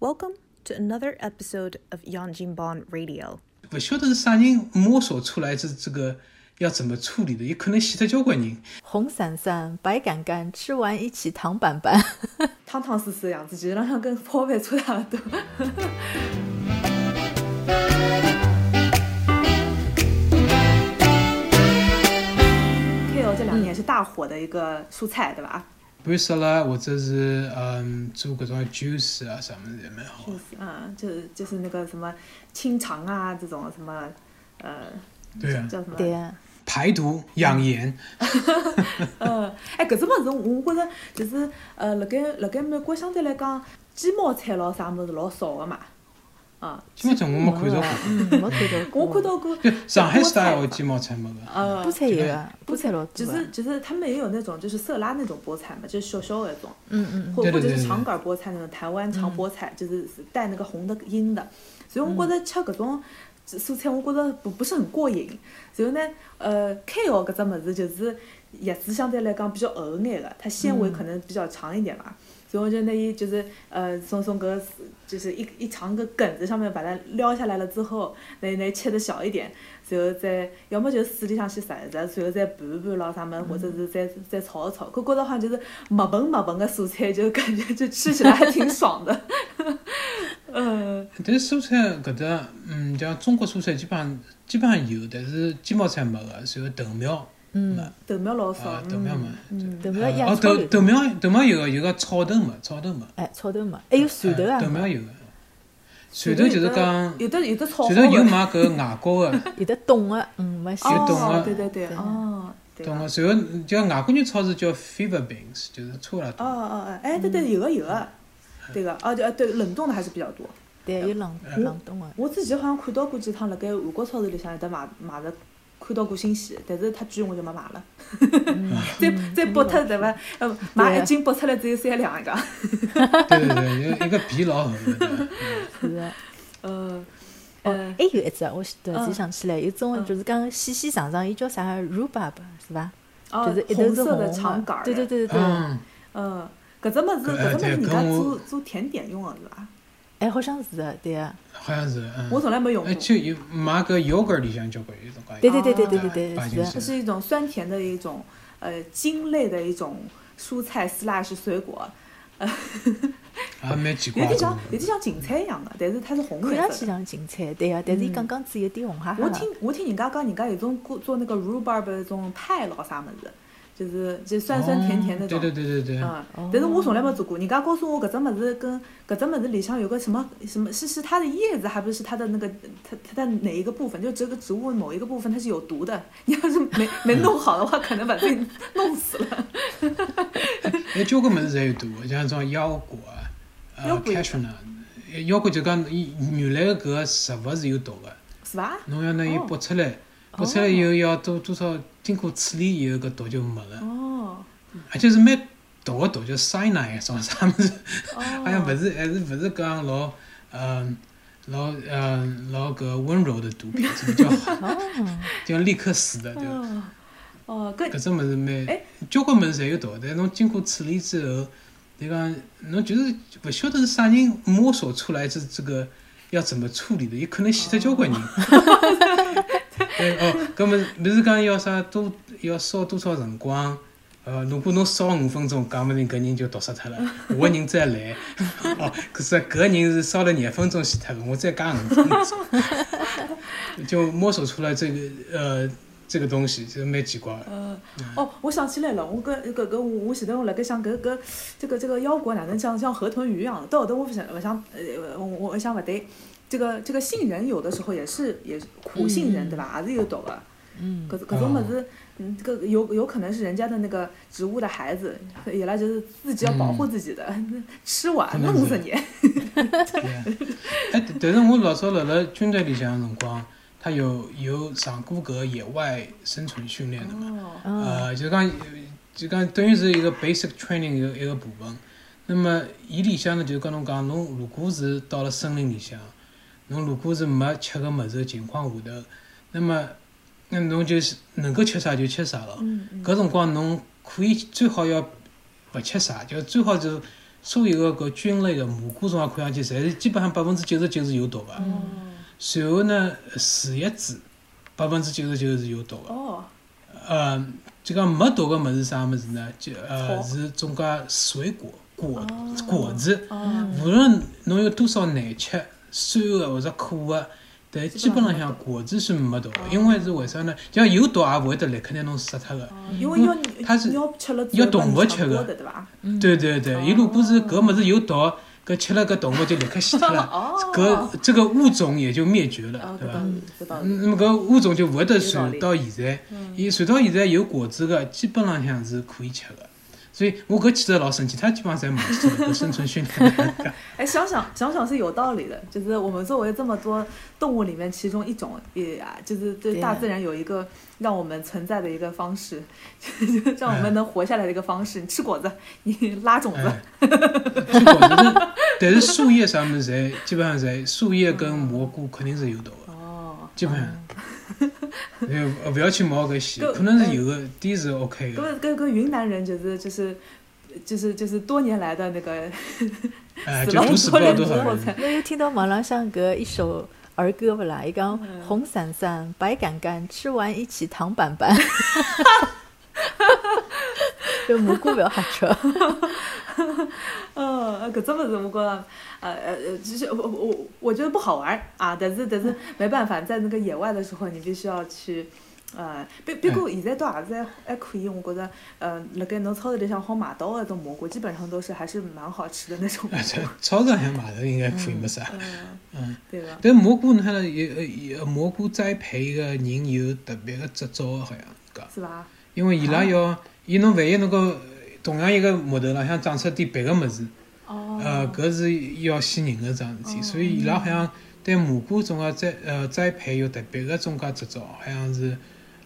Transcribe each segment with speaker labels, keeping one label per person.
Speaker 1: Welcome to another episode of Yanjin Bon Radio。
Speaker 2: 不晓得是啥人摸索出来这这个要怎么处理的，也可能死脱交关人。
Speaker 3: 红伞伞、白杆杆，吃完一起躺板 板。
Speaker 4: 汤汤丝丝的样子，其实浪向跟泡饭差差不多。kale 这两年是大火的一个蔬菜，对吧？
Speaker 2: b r i s l a 或者是嗯做各种 juice 啊啥么子也蛮好。
Speaker 4: 嗯，就是就是那个什么清肠啊，这种什么呃
Speaker 2: 对啊，
Speaker 4: 叫什么？
Speaker 3: 对啊，
Speaker 2: 排毒养颜，
Speaker 4: 嗯，哎，搿只物事我觉着就是呃，辣盖辣盖美国相对来讲，鸡毛菜咯啥物事老少个嘛。啊，
Speaker 2: 基本上我没看到过。
Speaker 3: 嗯，没看 到过。
Speaker 4: 我看到过
Speaker 2: 就嗯 上海
Speaker 4: 菠菜
Speaker 2: style 的
Speaker 4: 吧
Speaker 2: 鸡毛菜没个，
Speaker 4: 呃
Speaker 3: 菠，菜有啊，菠菜老
Speaker 4: 就
Speaker 3: 多啊。
Speaker 4: 是就是他们也有那种就是色拉那种菠菜嘛，就是小小的那种，
Speaker 3: 嗯嗯
Speaker 4: 或
Speaker 2: 对
Speaker 4: 或
Speaker 2: 对
Speaker 4: 者
Speaker 2: 对嗯
Speaker 4: 是
Speaker 2: 对
Speaker 4: 长杆菠菜那种台湾长菠菜，就是带那个红的缨的。所以我觉得吃搿种蔬菜，我觉得不不是很过瘾。然后呢，呃，kale 搿只物事就是叶子相对来讲比较厚眼个，它纤
Speaker 2: 嗯
Speaker 4: 维可能比较长一点嘛。然后就拿伊就是呃从从搿就是一一长个梗子上面把它撩下来了之后，拿拿切的小一点，然后再要么就是水里向去晒一晒，然后再拌一拌咯啥么，或者是再再炒一炒。搿觉得好像就是没盆没盆的蔬菜，就感觉就吃起来还挺爽的。嗯，
Speaker 2: 但是蔬菜搿搭，嗯，像中国蔬菜基本上基本上有，但是鸡毛菜没个，然后豆苗没，
Speaker 4: 豆苗老少，
Speaker 2: 啊，
Speaker 4: 嗯
Speaker 2: 豆苗没。
Speaker 3: 嗯，豆
Speaker 2: 呃
Speaker 3: 苗也
Speaker 2: 哦，
Speaker 3: 炒
Speaker 2: 豆
Speaker 3: 有
Speaker 2: 豆苗豆苗有个，有个炒豆没，炒豆没，
Speaker 3: 哎，炒豆嘛，还有蒜头啊
Speaker 2: 呃豆，苗有个，蒜头
Speaker 4: 有
Speaker 2: 就是
Speaker 4: 的
Speaker 2: 讲，
Speaker 4: 有的有的炒好
Speaker 2: 蒜头有
Speaker 4: 的，
Speaker 2: 买搿外国个。
Speaker 3: 有的冻的，嗯，没
Speaker 2: 有
Speaker 3: 香。
Speaker 2: 懂啊
Speaker 4: 哦，对对对，
Speaker 3: 对
Speaker 4: 哦，对
Speaker 2: 懂
Speaker 4: 啊。
Speaker 2: 个，随后叫外国人超市叫 fever beans，就是错了
Speaker 4: 哦。哦哦，哎，对
Speaker 2: 嗯
Speaker 4: 对，有个有个，对个，哦，就呃对，冷冻的还是比较多。
Speaker 3: 对，有冷
Speaker 2: 哎
Speaker 3: 冷冻啊的。
Speaker 4: 我之前好像看到过几趟辣盖韩国超市里向有得买买的，看到过新鲜，但是太贵我就没买了。 再再剥脱对伐？呃，买
Speaker 3: 嗯对
Speaker 4: 一斤剥出来只有三两一个。
Speaker 2: 对对对，有一个皮老厚的。 对吧
Speaker 3: 是的。
Speaker 4: 呃，
Speaker 3: 哦
Speaker 4: 呃，，
Speaker 3: 还有一只，我突然
Speaker 4: 嗯
Speaker 3: 间想起来，有种就是讲细细长长，伊叫啥？rhubarb 是伐？
Speaker 4: 哦
Speaker 3: 就是一头
Speaker 4: 红
Speaker 3: 是
Speaker 4: 色的
Speaker 3: 的
Speaker 4: 长杆儿
Speaker 3: 对对
Speaker 4: 的。
Speaker 3: 对对对。
Speaker 2: 嗯，
Speaker 4: 嗯，搿只物事，
Speaker 2: 搿
Speaker 4: 搿只物事
Speaker 2: 哎
Speaker 4: 人
Speaker 2: 对
Speaker 4: 家
Speaker 2: 跟我
Speaker 4: 做做甜点用的是伐？
Speaker 3: 哎，好像是的，对啊。
Speaker 2: 好像是。嗯
Speaker 4: 我从来没用
Speaker 2: 哎，
Speaker 4: 过。
Speaker 2: 就有买个 yogurt 里向交关有种
Speaker 3: 对
Speaker 2: 讲。
Speaker 3: 对对对对
Speaker 2: 啊
Speaker 3: 对
Speaker 2: 摆
Speaker 3: 对，
Speaker 2: 进
Speaker 3: 是
Speaker 2: 去
Speaker 3: 的。
Speaker 4: 这是一种酸甜的一种呃茎类的一种蔬菜 slash 水果，
Speaker 2: 啊，蛮奇
Speaker 4: 有
Speaker 2: 怪
Speaker 4: 点像有
Speaker 2: 的。
Speaker 4: 点像芹菜一样的，但是它是红
Speaker 3: 看
Speaker 4: 颜
Speaker 3: 上
Speaker 4: 色
Speaker 3: 去
Speaker 4: 的。
Speaker 3: 像芹菜，对啊，但
Speaker 4: 嗯
Speaker 3: 是伊刚刚只有点红哈啊哈。
Speaker 4: 我听我听人家讲，人家有种做做那个 rhubarb 的这种派咯啥么子，就是就酸酸甜甜那种。
Speaker 2: 哦对对对对对。
Speaker 4: 嗯，但是我从来没做过。人家告诉我搿只物事跟搿只物事里向有个什么什么，是是它的叶子，还不是它的那个它它的哪一个部分？就这个植物某一个部分它是有毒的。你要是 没没弄好的话，可能把自己弄死了。
Speaker 2: 哎，交关物事侪有毒的，像种腰果啊，呃
Speaker 4: 腰果有
Speaker 2: cashew nut。哎腰果就讲伊原来搿个食物是有毒的，
Speaker 4: 是伐？
Speaker 2: 侬要拿伊
Speaker 4: 哦
Speaker 2: 剥出来，剥出来以后要多多少经过处理以后，搿毒就没了。
Speaker 4: 哦
Speaker 2: 而且是蛮毒个毒，叫 cyanide 种啥物事，
Speaker 4: 哦，
Speaker 2: 好像勿哎是还是勿是讲老嗯老嗯老搿温柔的毒品，是比较好， 就要立刻死的，对伐？
Speaker 4: 哦哦，搿
Speaker 2: 搿只物事蛮
Speaker 4: 哎
Speaker 2: 交关物事侪有毒，但侬经过处理之后，就讲侬就是勿晓得是啥人摸索出来这这个要怎么处理的，有可能死脱交关人。 对哦，搿么勿是讲要啥多要烧多少辰光？呃，如果侬烧五分钟，讲勿定搿人就毒死脱了，下个人再来。哦，可是搿人是烧了廿分钟死脱的，我再加五分钟，就摸索出来这个呃这个东西，就是蛮奇怪的。
Speaker 4: 呃，哦，我想起来了，我跟搿搿我我前头我辣盖想搿搿这个这个腰果哪能像像河豚鱼一样的？到后头我不想我想呃我我我想勿对，这个这个杏仁有的时候也是也是苦
Speaker 2: 嗯
Speaker 4: 杏仁对伐？也是有毒的。
Speaker 3: 嗯，
Speaker 4: 搿搿
Speaker 2: 哦
Speaker 4: 种物事，嗯，这个有有可能是人家的那个植物的孩子，伊拉就是自己要保护自己的， 吃
Speaker 2: 嗯可
Speaker 4: 完
Speaker 2: 能
Speaker 4: 弄
Speaker 2: 是
Speaker 4: 死你。
Speaker 2: 哎，但是我老早辣辣军队里向的辰光，他有有上过搿个野外生存训练的嘛，
Speaker 4: 哦，
Speaker 3: 嗯，
Speaker 2: 呃，就讲就讲等于是一个 basic training 一个一个部分。那么伊里向呢，就跟侬讲，侬如果是到了森林里向，侬如果是没吃个物事的情况下头，那么那侬就是能够吃啥就吃啥了。
Speaker 4: 嗯嗯
Speaker 2: 搿辰光侬可以最好要勿吃啥，就最好就所有个搿菌类的蘑菇中啊，看上去侪是基本上百分之九十九是有毒个。
Speaker 4: 嗯
Speaker 2: 随后呢，树叶子百分之九十九是有毒个。
Speaker 4: 哦，
Speaker 2: 呃，就讲没毒个物事是啥物事呢？就呃
Speaker 4: 草
Speaker 2: 是种介水果果果子，
Speaker 4: 哦，
Speaker 2: 无论侬有多少难吃，酸个或者苦个。但基本浪向果子是没毒的，因为是为啥呢？就像有毒也勿会得立刻拿侬杀脱个。
Speaker 4: 因为要
Speaker 2: 它嗯是
Speaker 4: 要吃了之
Speaker 2: 要
Speaker 4: 后把
Speaker 2: 动
Speaker 4: 你
Speaker 2: 物
Speaker 4: 传
Speaker 2: 吃嗯
Speaker 4: 播
Speaker 2: 的
Speaker 4: 的，对伐？
Speaker 2: 对对对，伊如果是搿物事有毒，搿吃了搿动物就立刻死脱了，搿这个物种也就灭绝了
Speaker 4: 哦，，
Speaker 2: 对
Speaker 4: 搿
Speaker 2: 伐
Speaker 4: 倒？是，搿倒是。
Speaker 2: 嗯那么搿物种就勿会得
Speaker 4: 有道
Speaker 2: 传
Speaker 4: 理嗯
Speaker 2: 到现在，伊传到现在有果子个，基本浪向是可以吃个。所以我搿几个老神奇，他基本上侪忘记了搿生存训 练。
Speaker 4: 哎，想想想想是有道理的，就是我们作为这么多动物里面其中一种，也啊，就是对
Speaker 3: 对
Speaker 4: 大自然有一个让我们存在的一个方式， 就是让我们能活下来的一个方式。你吃果子，你拉种子，
Speaker 2: 哎，吃果子是，但是树叶啥物事侪基本上侪树叶跟蘑菇肯定是有毒个，
Speaker 4: 哦，
Speaker 2: 基本上。
Speaker 4: 嗯
Speaker 2: 呃，勿要去冒搿险，
Speaker 4: 搿
Speaker 2: 可能是有
Speaker 4: 哎
Speaker 2: 个，点是 OK
Speaker 4: 跟
Speaker 2: 个。
Speaker 4: 跟跟云南人就是就是。就是就是多年来的那个
Speaker 2: 哎，
Speaker 4: 死
Speaker 2: 就
Speaker 4: 了
Speaker 2: 毒死不
Speaker 4: 很多
Speaker 2: 了
Speaker 4: 人
Speaker 2: 多
Speaker 4: 之
Speaker 2: 少
Speaker 4: 后
Speaker 2: 人。
Speaker 4: 才，
Speaker 3: 那又听到网浪向搿一首儿歌勿啦？伊讲
Speaker 4: 嗯
Speaker 3: 红伞伞，白杆杆，吃完一起躺板 板。就蘑菇勿要瞎 吃，
Speaker 4: 嗯，搿只物事我觉着，呃呃呃，就是我我我我觉得不好玩儿啊，但是但是没办法，在那个野外的时候，你必须要去，呃，别别过现在到现在还可以，我觉着，呃，辣盖侬超市里向好买到的种蘑菇，基本上都是还是蛮好吃的 那种蘑
Speaker 2: 啊，这
Speaker 4: 菇，
Speaker 2: 超市上向买的应该可以没啥。
Speaker 4: 嗯，
Speaker 2: 嗯，
Speaker 4: 对个，
Speaker 2: 但蘑菇呢，它有呃有蘑菇栽培个人有特别个执照的，好像讲，
Speaker 4: 是伐？
Speaker 2: 因为伊拉要，伊侬万一那个同样一个木头浪向长出点别个物事，
Speaker 4: 哦，
Speaker 2: 呃，搿是要死人个桩事体，所以伊拉好像对蘑菇种个栽呃栽培有特别个中介执照，好像是。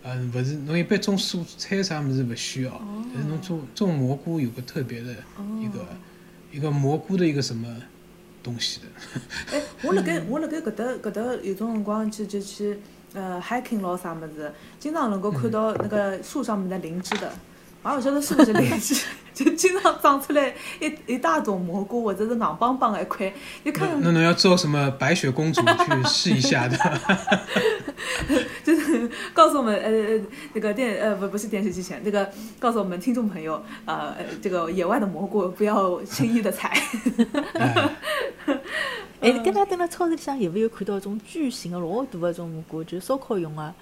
Speaker 2: 嗯，勿是，侬一般种蔬菜啥物事勿需要，但是侬种种蘑菇有个特别的一个、一个蘑菇的一个什么东西的，
Speaker 4: 哎，我辣盖我辣盖搿搭搿搭有种辰光去就去呃 hiking 咯啥物事，经常能够看到那个树上面的灵芝的，我也勿晓得是勿是灵芝， 就经常长出来一一大朵蘑菇或者是硬邦邦的一块，就看
Speaker 3: 嗯
Speaker 2: 那那侬要做什么白雪公主去试一下 的？
Speaker 4: 就是告诉我们呃呃那个电呃不不是电视机前那个告诉我们听众朋友呃呃这个野外的蘑菇不要轻易的采，
Speaker 2: 哎
Speaker 3: 哎，
Speaker 4: 嗯
Speaker 3: 跟他蹲辣超市里向有没有看到种巨型的老大的种蘑菇，就是烧烤用的？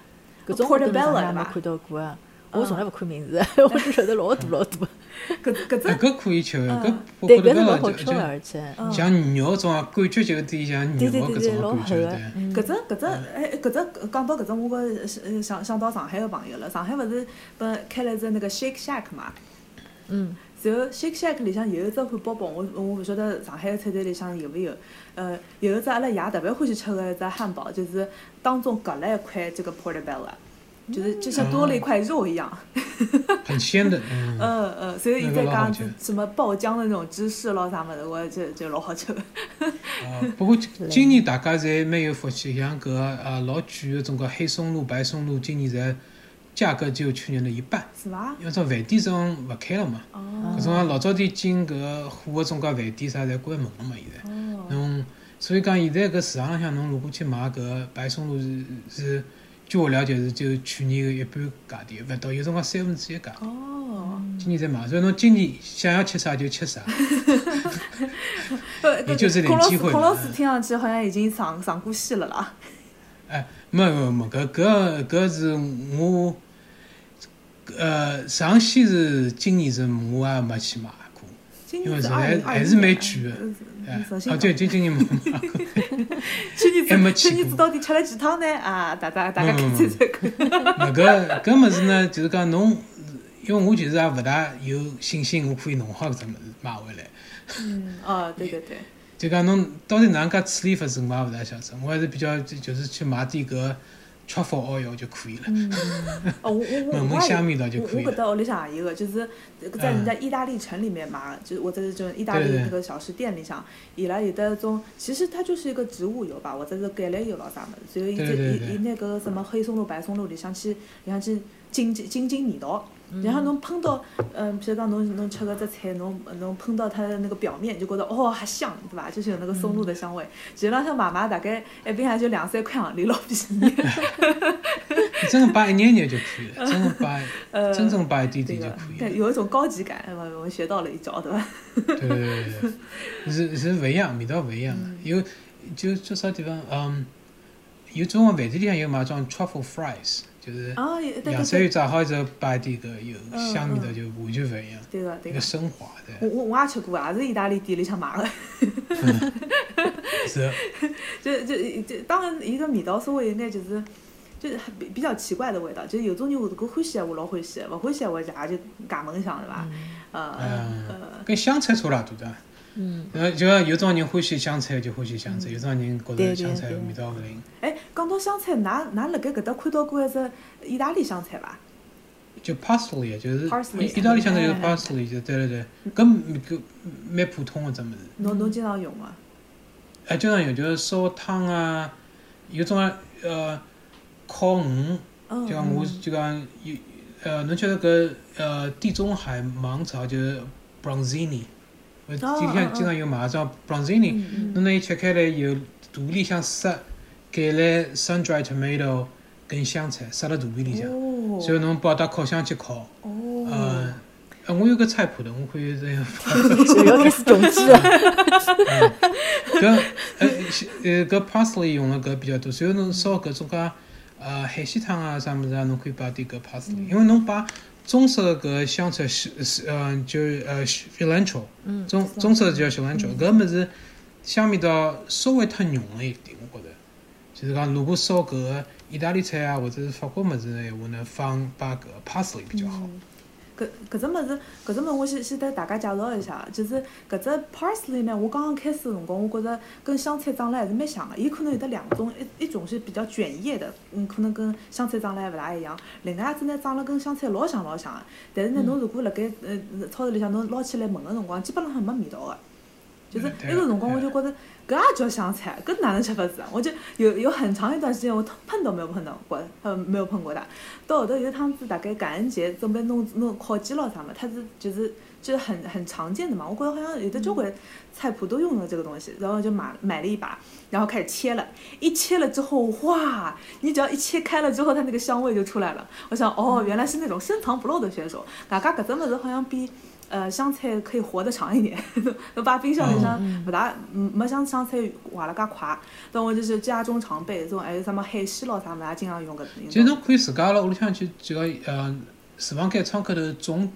Speaker 3: 搿种我蹲辣网上
Speaker 4: 哦 Portobello 嗯
Speaker 3: 没
Speaker 4: 对伐
Speaker 3: 看到过啊，我从来勿看名字，我只晓得老大老大。
Speaker 4: 搿搿只
Speaker 2: 哎搿可以吃的，搿我
Speaker 3: 嗯对，
Speaker 2: 觉
Speaker 3: 搿
Speaker 2: 得
Speaker 3: 是老
Speaker 2: 搿
Speaker 3: 好
Speaker 2: 老哦就
Speaker 3: 吃的，
Speaker 2: 就
Speaker 3: 而且
Speaker 4: 嗯
Speaker 2: 像肉种啊，感觉就有点像
Speaker 3: 对
Speaker 2: 牛
Speaker 3: 对
Speaker 2: 肉
Speaker 3: 对
Speaker 2: 搿
Speaker 3: 对，老
Speaker 2: 种感
Speaker 3: 好
Speaker 2: 觉
Speaker 3: 的
Speaker 2: 对。，
Speaker 3: 嗯
Speaker 4: 搿只搿只哎搿只讲到搿只，我觉是想想到上海个朋友了。上海勿是本开了一只那个 Shake Shack 嘛，
Speaker 3: 嗯，
Speaker 4: 然后 Shake Shack 里向有一只汉堡包，我我勿晓得上海个菜单里向有勿有。呃，有一只阿拉爷特别欢喜吃个一只汉堡，就是当中夹了一块这个 portobello，就是就像多了一块肉一样。
Speaker 2: 很鲜的。嗯，
Speaker 4: 呃呃，所以伊
Speaker 2: 那
Speaker 4: 在
Speaker 2: 个老好
Speaker 4: 讲
Speaker 2: 吃
Speaker 4: 什么爆浆的那种芝士咯啥物事，我就就老好吃的。
Speaker 2: 啊，不过今年大家侪蛮有福气，像搿个啊老贵的种个黑松露、白松露，今年侪价格只有去年的一半，
Speaker 4: 是伐？
Speaker 2: 因为种饭店种勿开了嘛。
Speaker 4: 哦
Speaker 2: 搿种
Speaker 3: 嗯
Speaker 2: 啊老早点进搿个火个种介饭店啥侪关门了嘛，现在。
Speaker 4: 哦，
Speaker 2: 侬所以讲现在搿市场浪向侬如果去买搿白松露是是，据我了解是就去年个一半价钿，勿到有辰光三分之一价。
Speaker 4: 哦。
Speaker 2: 今年再买，所以侬今年想要吃啥就吃啥。
Speaker 4: 呃，
Speaker 2: 也就这点
Speaker 4: 孔老
Speaker 2: 机
Speaker 4: 师，
Speaker 2: 会
Speaker 4: 孔
Speaker 2: 嘛
Speaker 4: 老师听上去好像已经上上过戏了啦。
Speaker 2: 哎，没没没，搿搿搿是我，呃，上线是今年是我也没去买过，
Speaker 4: 今
Speaker 2: 因
Speaker 4: 年啊
Speaker 2: 为实
Speaker 4: 是二
Speaker 2: 在
Speaker 4: 零二
Speaker 2: 还是蛮贵的。哎
Speaker 4: 嗯，首，
Speaker 2: 哦
Speaker 4: 先，
Speaker 2: 对，今今年没买过。
Speaker 4: 去年
Speaker 2: 还没
Speaker 4: 子
Speaker 2: 去
Speaker 4: 去年
Speaker 2: 过
Speaker 4: 子到底吃了几趟呢？啊，大家大家
Speaker 2: 嗯
Speaker 4: 可以猜猜看。
Speaker 2: 那搿搿物事呢，就是讲侬，因为我其实也勿大有信心，我可以弄好搿只物事买回来。
Speaker 4: 嗯，哦，对对对，
Speaker 2: 就讲侬到底哪能介处理法子，我也勿大晓得。我还是比较就就是去买点搿 truffle oil 就可以了。
Speaker 4: 哦，我我
Speaker 2: 闻
Speaker 4: 我
Speaker 2: 闻
Speaker 4: 我也
Speaker 2: 香味道就
Speaker 4: 我
Speaker 2: 可以
Speaker 4: 我
Speaker 2: 了。嗯
Speaker 4: 搿搭屋里向也有个，就是在人家意大利城里面嘛，就是我在这种意大利
Speaker 2: 对对对
Speaker 4: 那个小吃店里向，伊拉有的种，其实它就是一个植物油吧，或者是橄榄油咯啥么子，所以伊
Speaker 2: 对
Speaker 4: 这
Speaker 2: 对
Speaker 4: 伊
Speaker 2: 对
Speaker 4: 伊拿搿个什么黑松露、白松露里向去里向去浸浸浸浸味道，然后侬喷到，嗯，比如讲侬侬吃个只菜，侬侬喷到它的那个表面，就觉得哦还香，对伐？就是有那个松
Speaker 2: 嗯
Speaker 4: 露的香味。前两天买买大概一瓶也就两三块行钿老 便宜。
Speaker 2: 真的摆一眼眼就可以 了，真的摆，
Speaker 4: 呃，
Speaker 2: 真正摆一点
Speaker 4: 对
Speaker 2: 点就
Speaker 4: 个
Speaker 2: 可，以了
Speaker 4: 对，。有一种高级感，我我学到了一招，对伐？
Speaker 2: 对对对对对， 是是勿一样，味道勿一样
Speaker 4: 嗯
Speaker 2: 的。有就叫啥地方？嗯，有中国饭店里向有买种 truffle fries，就是
Speaker 4: 啊，对对
Speaker 2: 洋山芋
Speaker 4: 对，
Speaker 2: 炸好之后摆点搿有
Speaker 4: 嗯
Speaker 2: 香味道
Speaker 4: 嗯
Speaker 2: 就完全勿一样，
Speaker 4: 对个
Speaker 2: 一
Speaker 4: 对
Speaker 2: 个
Speaker 4: 个。
Speaker 2: 升华
Speaker 4: 我
Speaker 2: 对，
Speaker 4: 我我也吃过，也是意大利店里向买个。
Speaker 2: 是
Speaker 4: 就就就当然伊个味道稍微有眼就是。就是很比比较奇怪的味道，就是有种人如果欢喜的话老欢喜的，勿欢喜的话就也就夹门香对伐？呃
Speaker 2: 嗯
Speaker 4: 呃，
Speaker 2: 跟香菜差勿多的。
Speaker 3: 嗯，
Speaker 2: 呃，就像有种人欢喜香菜就欢喜香菜，
Speaker 4: 嗯
Speaker 2: 有种人觉着
Speaker 3: 对对
Speaker 2: 香菜
Speaker 3: 对
Speaker 2: 味道勿灵，
Speaker 4: 哎，讲到香菜，㑚㑚辣盖搿搭看到过一只意大利香菜伐？
Speaker 2: 就 parsley 啊就是
Speaker 4: Parsley，嗯
Speaker 2: 意大利香菜就是
Speaker 3: 哎
Speaker 2: parsley，就对对对，搿搿蛮普通个只物事。
Speaker 4: 侬侬经常用伐？
Speaker 2: 哎，经常有就是烧汤啊，有种啊呃烤鱼，就
Speaker 4: 嗯，
Speaker 2: 讲我就讲有呃，侬晓得搿呃地中海盲肠就是 bronzini，我
Speaker 4: 哦
Speaker 2: 今天
Speaker 4: 哦
Speaker 2: 经常有买种 bronzini，
Speaker 4: 嗯
Speaker 2: 侬拿伊切开来以后，肚皮里向塞橄榄 sun dried tomato 跟香菜塞辣肚皮里向，
Speaker 4: 哦
Speaker 2: 然后侬抱到烤箱去烤，
Speaker 4: 哦
Speaker 2: 呃，呃我有个菜谱的，我可以这样。
Speaker 3: 就要开始穷记了。
Speaker 2: 搿呃西呃搿 parsley 用了搿比较多，所以侬烧搿种介呃海鲜汤啊啥物事啊，侬可以摆点搿 parsley，因为侬摆棕色搿香菜是是呃就是呃 cilantro，
Speaker 3: 嗯
Speaker 2: 棕棕色叫 cilantro，搿物事香味道稍微太浓了一点，我觉着。就是讲，如果烧搿个意大利菜啊，或者是法国物事的闲话呢，放摆搿 parsley 比较
Speaker 4: 嗯
Speaker 2: 好。
Speaker 4: 搿搿只物事，搿只物事我先先对大家介绍一下，就是搿只 parsley 呢，我刚刚开始的辰光，我觉着跟香菜长了还是蛮像的。伊可能有得两种，一一种是比较卷叶的，嗯，可能跟香菜长了还勿大一样。另外一只呢，长了跟香菜老像老像的，但是
Speaker 2: 嗯
Speaker 4: 呢，侬如果辣盖呃超市里向侬捞起来闻个辰光，基本浪向没味道的。就是
Speaker 2: 嗯对
Speaker 4: 那个辰光，我
Speaker 2: 对
Speaker 4: 就觉着搿也叫香菜，搿哪能吃法子啊？我就有有很长一段时间，我碰碰都没有碰到过，呃，没有碰过它。到后头有一趟子大概感恩节准备弄弄烤鸡咯啥嘛，它是就是就是很很常见的嘛，我觉得好像有的交关菜谱都用了这个东西，然后就买买了一把，然后开始切了，一切了之后，哇，你只要一切开了之后，它那个香味就出来了。我想，哦，原来是那种深藏不露的选手，外加搿只物事好像比。呃，香菜可以活得长一点， 侬摆冰箱
Speaker 2: 哦
Speaker 4: 里向勿大，嗯没像香菜坏了介快。但我就是家中常备，这种还有什么海鲜咯啥物事，也经常用搿种。
Speaker 2: 其实侬可以自家辣屋里向去就讲呃厨房间窗口头种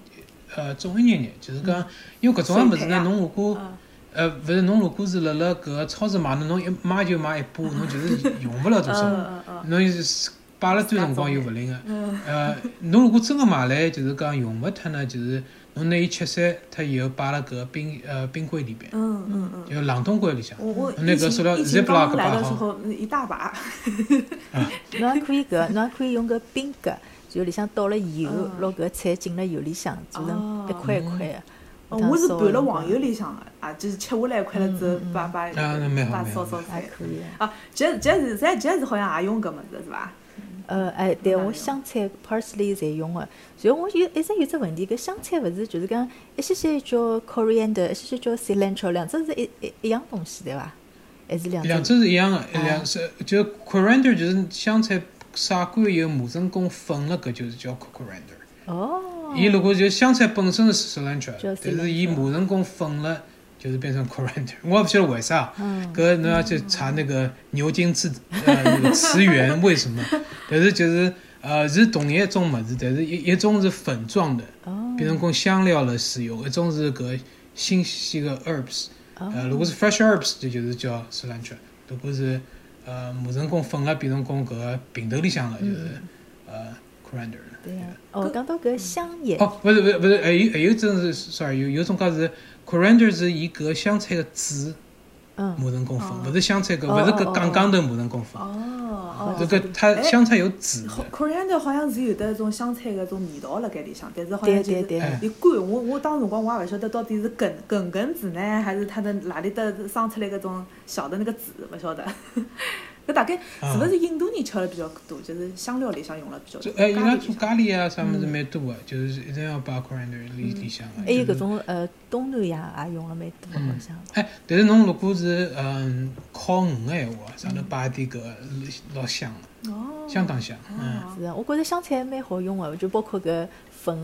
Speaker 2: 呃种一眼眼，就是讲因为搿种个物事
Speaker 4: 水培
Speaker 2: 呢，
Speaker 4: 嗯啊
Speaker 2: 侬如果
Speaker 4: 嗯
Speaker 2: 呃勿是侬如果是辣辣搿个超市买呢，侬一买就买一把，侬就是 用勿了多
Speaker 4: 嗯
Speaker 2: 少，
Speaker 4: 嗯嗯。
Speaker 2: 侬就是摆了段辰光又勿灵个。
Speaker 4: 嗯
Speaker 2: 呃，侬如果真个买来，就是讲用勿脱呢，就是侬拿伊切散，脱以后摆辣搿冰呃冰柜里边，
Speaker 4: 嗯嗯嗯，
Speaker 2: 就冷冻柜里向。
Speaker 4: 我我
Speaker 2: 那
Speaker 4: 疫
Speaker 2: 个
Speaker 4: 情
Speaker 2: 塑料
Speaker 4: 疫情
Speaker 2: Ziploc
Speaker 4: 刚刚来
Speaker 2: 摆
Speaker 4: 的时
Speaker 2: 好
Speaker 4: 候，嗯一大把，
Speaker 3: 侬也可以搿，侬也可以用搿冰格，就里向倒了油，
Speaker 4: 嗯
Speaker 3: 拿搿菜进了油里向，做成一块一块啊的。
Speaker 4: 哦
Speaker 3: 下趟
Speaker 4: 我是
Speaker 3: 烧
Speaker 4: 拌
Speaker 3: 的嗯
Speaker 4: 了
Speaker 3: 辰
Speaker 4: 黄
Speaker 3: 光
Speaker 4: 油里向的啊，就是吃下来一块了之后，把把
Speaker 2: 啊那蛮好
Speaker 4: 把
Speaker 2: 蛮
Speaker 4: 烧
Speaker 2: 好
Speaker 4: 烧
Speaker 3: 还
Speaker 4: 菜。
Speaker 3: 可以。
Speaker 4: 啊，杰杰是咱杰是好像也用搿物事是伐？
Speaker 3: 呃，哎，对，
Speaker 4: 哪
Speaker 3: 我
Speaker 4: 有
Speaker 3: 香菜 parsley 侪用个，然后我有一直有只问题，搿香菜勿是就是讲一些些叫 coriander，一些些叫 cilantro，两只是一一一样东西对伐？还是两啊
Speaker 2: 两
Speaker 3: 只？
Speaker 2: 只是一样的，两是就 coriander 就是香菜晒干以后磨成功粉了，搿就是叫 coriander。
Speaker 3: 哦，
Speaker 2: 伊如果就香菜本身是 cilantro，
Speaker 3: 叫
Speaker 2: 但是伊磨成功粉了，就是变成 coriander。我也 不晓得为啥，
Speaker 3: 嗯
Speaker 2: 搿侬要去查那个牛津字呃那个词源为什么？ 但是就是呃是同一种物事，但是一一种是粉状的，
Speaker 3: 哦
Speaker 2: 变成供香料来使用；一种是搿新鲜个 herbs，
Speaker 3: 哦
Speaker 2: 呃，如果是 fresh herbs，这就是叫 cilantro；如果是呃磨成功粉了，变成功搿个平头里向了，就是呃 coriander 了。
Speaker 3: 对呀。哦，讲到搿香叶，
Speaker 2: 哦，勿是勿是勿是，还有还有真是，sorry，有有种介是 coriander 是伊搿香菜个籽
Speaker 3: 嗯，
Speaker 2: 磨成功粉
Speaker 4: 哦，
Speaker 2: 勿是香菜搿，
Speaker 3: 哦
Speaker 2: 勿是
Speaker 3: 哦
Speaker 2: 搿
Speaker 3: 哦
Speaker 2: 杠杠头磨成功粉，
Speaker 4: 哦
Speaker 2: 这个它香菜有籽的。
Speaker 4: coriander 好像是有得一种香菜个种味道辣盖里向，但是好像
Speaker 3: 对
Speaker 4: 就是
Speaker 3: 对对，
Speaker 2: 哎
Speaker 4: 伊干，我我当时辰光我也勿晓得到底是梗梗梗子呢，还是它的哪里搭生出来搿种小的那个籽，勿晓得。搿大概
Speaker 2: 啊
Speaker 4: 是勿是印度人吃了比较多，就是香料里向用了比较
Speaker 2: 就
Speaker 4: 多。
Speaker 2: 哎，伊拉
Speaker 4: 里
Speaker 2: 做
Speaker 4: 向
Speaker 2: 咖喱啊啥物事蛮多的，就是一定要摆 coriander 里里向的。
Speaker 3: 还有
Speaker 2: 啊就
Speaker 3: 搿
Speaker 2: 是
Speaker 3: 种呃东南亚也用了蛮多，好像
Speaker 2: 哎，但是侬如果是嗯烤鱼的闲话，上头摆点搿个老香
Speaker 3: 嗯
Speaker 2: 了，
Speaker 4: 哦，
Speaker 2: 相当香。嗯，
Speaker 4: 啊
Speaker 3: 是啊，我觉着香菜蛮好用的，就包括搿粉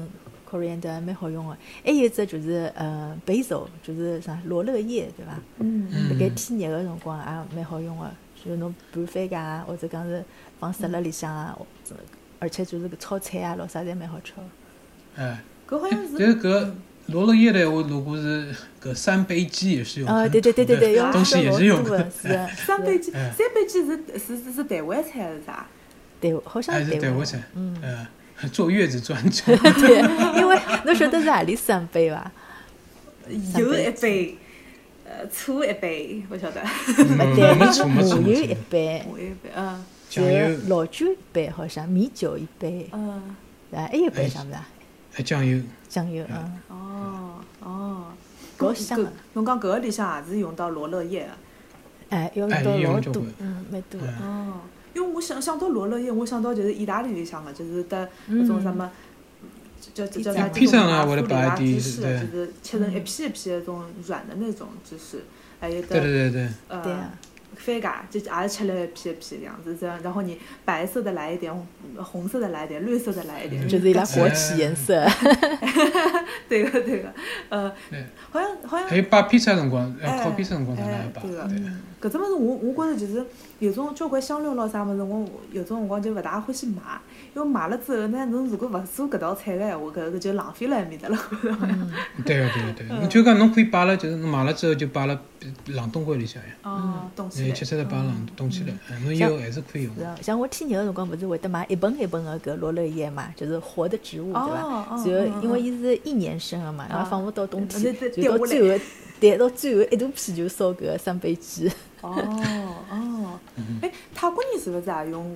Speaker 3: coriander 蛮好用的。还有一只就是呃 basil，就是啥罗勒叶，对伐？
Speaker 1: Mm.
Speaker 4: 嗯，
Speaker 3: 辣
Speaker 2: 嗯
Speaker 3: 盖天热个辰光也蛮好用个，就是侬拌番茄啊，或者讲是放沙拉里向啊，或者而且就是搿炒菜啊，咾啥侪蛮好吃个。
Speaker 2: 哎，
Speaker 4: 搿好像是
Speaker 2: 但是搿罗勒叶的闲话，如果是搿三杯鸡也是用
Speaker 3: 啊，
Speaker 2: 很
Speaker 3: 对对对对对，
Speaker 2: 土
Speaker 3: 用
Speaker 2: 的
Speaker 4: 啊
Speaker 2: 东西也是用
Speaker 3: 老多
Speaker 2: 的
Speaker 3: 的，，是的，是啊
Speaker 4: 三杯
Speaker 3: 的
Speaker 4: 鸡，
Speaker 2: 哎
Speaker 4: 三杯鸡是是是是台湾菜还是啥？
Speaker 3: 对，好 像
Speaker 2: 还
Speaker 3: 是
Speaker 2: 是台湾
Speaker 3: 湾
Speaker 2: 菜。
Speaker 3: 嗯，
Speaker 2: 嗯，坐月子专家。
Speaker 3: 对，因为侬晓得是何里三杯伐？三
Speaker 4: 油
Speaker 3: 杯
Speaker 4: 一杯，呃，醋一杯，勿晓得，
Speaker 2: 没
Speaker 3: 呃对，
Speaker 2: 嗯没错没错
Speaker 3: 麻油
Speaker 2: 没
Speaker 3: 一
Speaker 2: 错，
Speaker 3: 杯，
Speaker 4: 我一杯， 嗯
Speaker 2: 酱油
Speaker 3: 然后老酒一杯，好像米酒一杯，
Speaker 4: 嗯，
Speaker 3: 啊，还有一杯啥物事啊？
Speaker 2: 还哎酱油。
Speaker 3: 酱
Speaker 4: 哎
Speaker 3: 油，嗯，
Speaker 4: 哦
Speaker 2: 嗯
Speaker 4: 哦，
Speaker 3: 老
Speaker 4: 搿
Speaker 3: 香
Speaker 4: 搿
Speaker 3: 啊
Speaker 4: 侬讲搿个里向也是用到罗勒叶的，啊
Speaker 3: 哎，要
Speaker 2: 哎
Speaker 3: 用到
Speaker 2: 用
Speaker 3: 老
Speaker 2: 交
Speaker 3: 多
Speaker 2: 关，
Speaker 3: 嗯，蛮多的。
Speaker 2: 嗯
Speaker 4: 哦，因为我想想到罗勒叶，我想到就是意大利里向的，就是得
Speaker 3: 嗯
Speaker 4: 搿种什么。叫叫叫
Speaker 3: 披萨
Speaker 4: 啥？
Speaker 2: 披萨呢
Speaker 4: 我
Speaker 2: 我
Speaker 4: 的
Speaker 2: 得摆
Speaker 4: 芝
Speaker 2: 地
Speaker 4: 士，
Speaker 2: 对嗯
Speaker 4: 就是切成一片一片的这种软的那种芝士，还有
Speaker 2: 对对
Speaker 4: 的
Speaker 2: 对对，
Speaker 4: 呃
Speaker 3: 对啊，
Speaker 4: 番茄，就啊也是切了一片一片这样子，这样，然后你白色的来一点，红色的来一点，绿色的来一点，
Speaker 3: 就是伊拉国旗颜色，
Speaker 4: 哎对个对个，呃
Speaker 2: 对，哎
Speaker 4: 好像好像
Speaker 2: 还有摆披萨辰光，
Speaker 4: 哎
Speaker 2: 呃，烤披萨辰光哪能
Speaker 4: 哎
Speaker 2: 还摆？
Speaker 4: 对个
Speaker 2: 对，
Speaker 4: 搿只物事我我觉着就是有种交关香料咯啥物事，我有种辰光就勿大欢喜买，因为买了之后呢，侬如果勿做搿道菜个闲话，搿个就浪费了埃面搭了。
Speaker 3: 嗯
Speaker 2: 对个对个对个，你就讲侬可以摆了，就是侬买了之后就摆了呃冷冻柜里向呀，
Speaker 3: 嗯
Speaker 4: 哦，冻起
Speaker 2: 你
Speaker 4: 来
Speaker 2: 切。出来摆冷
Speaker 4: 嗯
Speaker 2: 冻起来，哎侬以后还是可以用
Speaker 3: 是
Speaker 2: 的。
Speaker 3: 啊，像我天热个辰光，勿是会得买一盆一盆个搿罗勒叶嘛，就是活的植物，对
Speaker 4: 哦
Speaker 3: 伐？
Speaker 4: 哦
Speaker 3: 然后
Speaker 4: 哦
Speaker 3: 因为伊是一年生个嘛，然
Speaker 4: 啊
Speaker 3: 后仿佛到冬天
Speaker 4: 嗯那，
Speaker 3: 就到
Speaker 4: 掉下来
Speaker 3: 最后，对，到最后一大片就烧搿个三杯鸡。
Speaker 4: 哦哦，
Speaker 2: 嗯
Speaker 4: 哎，泰国人是勿是也用？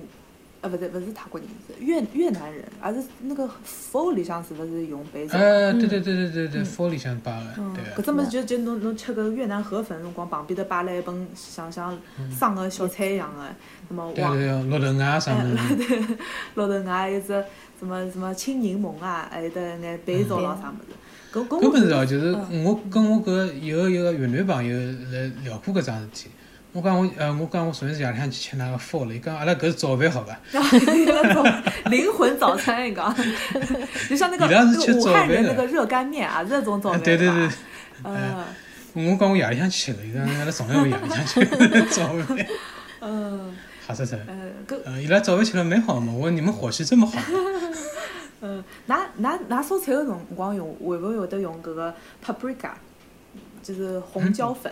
Speaker 4: 呃，勿是勿是泰国人，是越越南人，而是那个佛里向是勿是用白酒？
Speaker 2: 呃，对对对对对对，锅里向摆了，
Speaker 4: 嗯
Speaker 2: 对，啊
Speaker 4: 搿
Speaker 2: 个，
Speaker 4: 只物事就就侬侬吃搿越南河粉辰光，旁边头摆了一盆像像生个小菜一样个，什么
Speaker 2: 嗯对啊
Speaker 4: 黄
Speaker 2: 对对，绿豆芽啥
Speaker 4: 哎
Speaker 2: 物事，
Speaker 4: 老头外还有只什么什么青柠檬啊，还有得眼白枣咯啥物事。搿搿
Speaker 2: 搿
Speaker 4: 我
Speaker 2: 物事
Speaker 4: 是
Speaker 2: 哦，嗯就是
Speaker 4: 嗯
Speaker 2: 我跟我搿有一个越南朋友来聊过搿桩事体。我讲我呃，我讲我昨天夜里向去吃那个饭了，伊讲阿拉搿是早饭好伐？
Speaker 4: 啊那种灵魂早餐，你讲，就像那个
Speaker 2: 伊拉是
Speaker 4: 那
Speaker 2: 吃
Speaker 4: 个武
Speaker 2: 早
Speaker 4: 汉
Speaker 2: 饭
Speaker 4: 人
Speaker 2: 的
Speaker 4: 那个热干面啊，热种早饭。
Speaker 2: 对对
Speaker 4: 是
Speaker 2: 对哎
Speaker 4: 吧，嗯
Speaker 2: 我讲我夜里向去吃个，伊讲阿拉从来勿夜里向吃 早饭，
Speaker 4: 嗯
Speaker 2: 吓死脱了。
Speaker 4: 嗯，搿
Speaker 2: 呃，伊拉早饭吃了蛮好嘛，我说你们伙食这么好，
Speaker 4: 嗯，㑚㑚㑚烧菜个辰光用会勿会会得用搿个 paprika，就是红椒粉，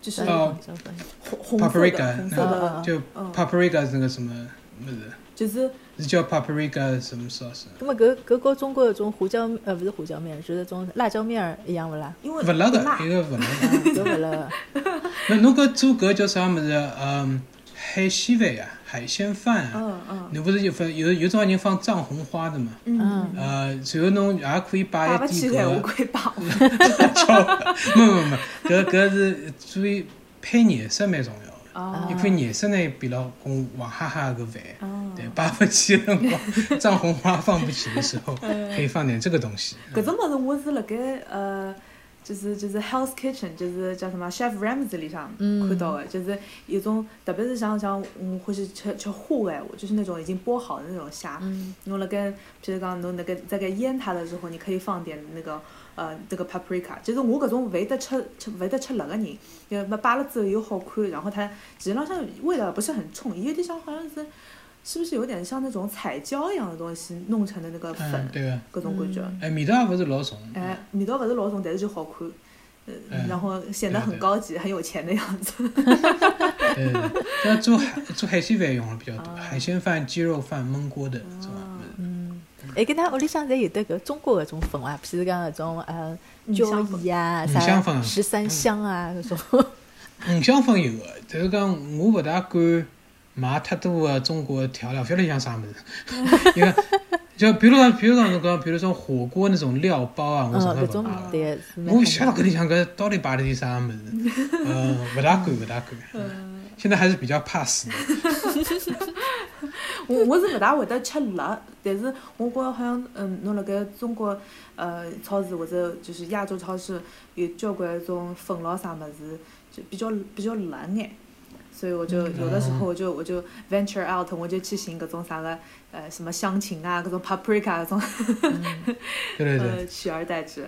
Speaker 4: 就是
Speaker 3: 啥
Speaker 2: 哦
Speaker 3: 地方小朋友
Speaker 4: 红红色的
Speaker 2: Paprika，
Speaker 4: 红色的，
Speaker 2: 就
Speaker 4: 嗯
Speaker 2: paprika 是那个什么么子，
Speaker 4: 就是
Speaker 2: 是叫 paprika 什么 sauce？
Speaker 3: 那么搿搿和中国搿种胡椒呃勿是胡椒面，就是种辣椒面儿一样勿啦？
Speaker 4: 因为
Speaker 2: 勿辣
Speaker 4: 不
Speaker 2: 个，一个勿辣
Speaker 3: 啊
Speaker 2: 个。
Speaker 3: 搿勿辣个，
Speaker 2: 那侬搿做搿叫啥物事啊？嗯，海鲜饭呀，海鲜饭啊。
Speaker 4: 嗯嗯
Speaker 2: 侬勿是有份有有种人放藏红花的嘛？
Speaker 4: 嗯。
Speaker 3: 嗯，
Speaker 2: 呃，然后侬也可以摆
Speaker 4: 摆勿
Speaker 2: 一
Speaker 4: 起
Speaker 2: 点
Speaker 4: 个闲话，
Speaker 2: 搿
Speaker 4: 可以摆。
Speaker 2: 叫，没没没，搿搿是注意配颜色蛮重要的。
Speaker 4: 哦
Speaker 2: 一看颜色呢，比老公黄哈哈个饭。
Speaker 4: 哦，
Speaker 2: 对，扒不起的辰光，藏红花放不起的时 候，可以放点这个东西。
Speaker 4: 嗯搿只物事我是辣盖呃，就是就是 Hell's Kitchen，就是叫什么 Chef Ramsay 里向
Speaker 3: 嗯
Speaker 4: 看到个，就是有种特别是像像我欢喜吃吃虾个闲话，就是那种已经剥好的那种虾，
Speaker 3: 嗯
Speaker 4: 侬辣盖譬如讲侬辣盖在盖腌它的时候，你可以放点那个呃这个 paprika，就是我搿种勿会得吃吃勿会得吃辣个人，就么摆了之后又好看，然后它其实浪向味道不是很冲，伊有点像好像是。是不是有点像那种彩椒一样的东西弄成的那个粉，
Speaker 2: 嗯，对个，
Speaker 4: 各种感觉？
Speaker 2: 哎，味道也不是老重。
Speaker 4: 哎，味道勿是老重，但是就好看，呃
Speaker 2: 哎，
Speaker 4: 然后显得
Speaker 2: 对
Speaker 4: 很
Speaker 2: 对
Speaker 4: 高级、很有钱的样子。
Speaker 2: 对，但做海做海鲜饭用的比较多，
Speaker 4: 啊
Speaker 2: 海鲜饭、鸡肉饭、焖锅的这种啊。
Speaker 3: 嗯，哎，搿㑚屋里向侪有得搿中国搿种粉伐？譬如讲搿种呃
Speaker 4: 五
Speaker 3: 椒
Speaker 4: 香粉
Speaker 3: 盐啊、
Speaker 2: 五香
Speaker 3: 啥
Speaker 2: 粉嗯
Speaker 3: 十三香啊搿种，
Speaker 2: 五香粉有的，但是讲我勿大敢买太多的中国调料，勿晓得像啥物事。你看，就比如讲，比如讲侬讲，比如说火锅那种料包啊，我
Speaker 3: 嗯，
Speaker 2: 从来
Speaker 3: 搿
Speaker 2: 勿
Speaker 3: 种
Speaker 2: 买的。
Speaker 3: 对，是蛮
Speaker 2: 我
Speaker 3: 好
Speaker 2: 晓得搿里向搿到底摆了点啥物事，嗯，勿大敢，勿大敢。
Speaker 4: 嗯，
Speaker 2: 现在还是比较怕死的。
Speaker 4: 我我是勿大会得吃辣，但是我觉着好像嗯，侬辣盖中国呃超市或者就是亚洲超市有交关一种粉咯啥物事，就比较比较辣眼。所以我就
Speaker 2: 嗯
Speaker 4: 有的时候我就我就 venture out，我就去寻搿种啥个呃什么香芹啊，搿种 paprika 搿种
Speaker 2: 对对对，
Speaker 4: 呃取而代之。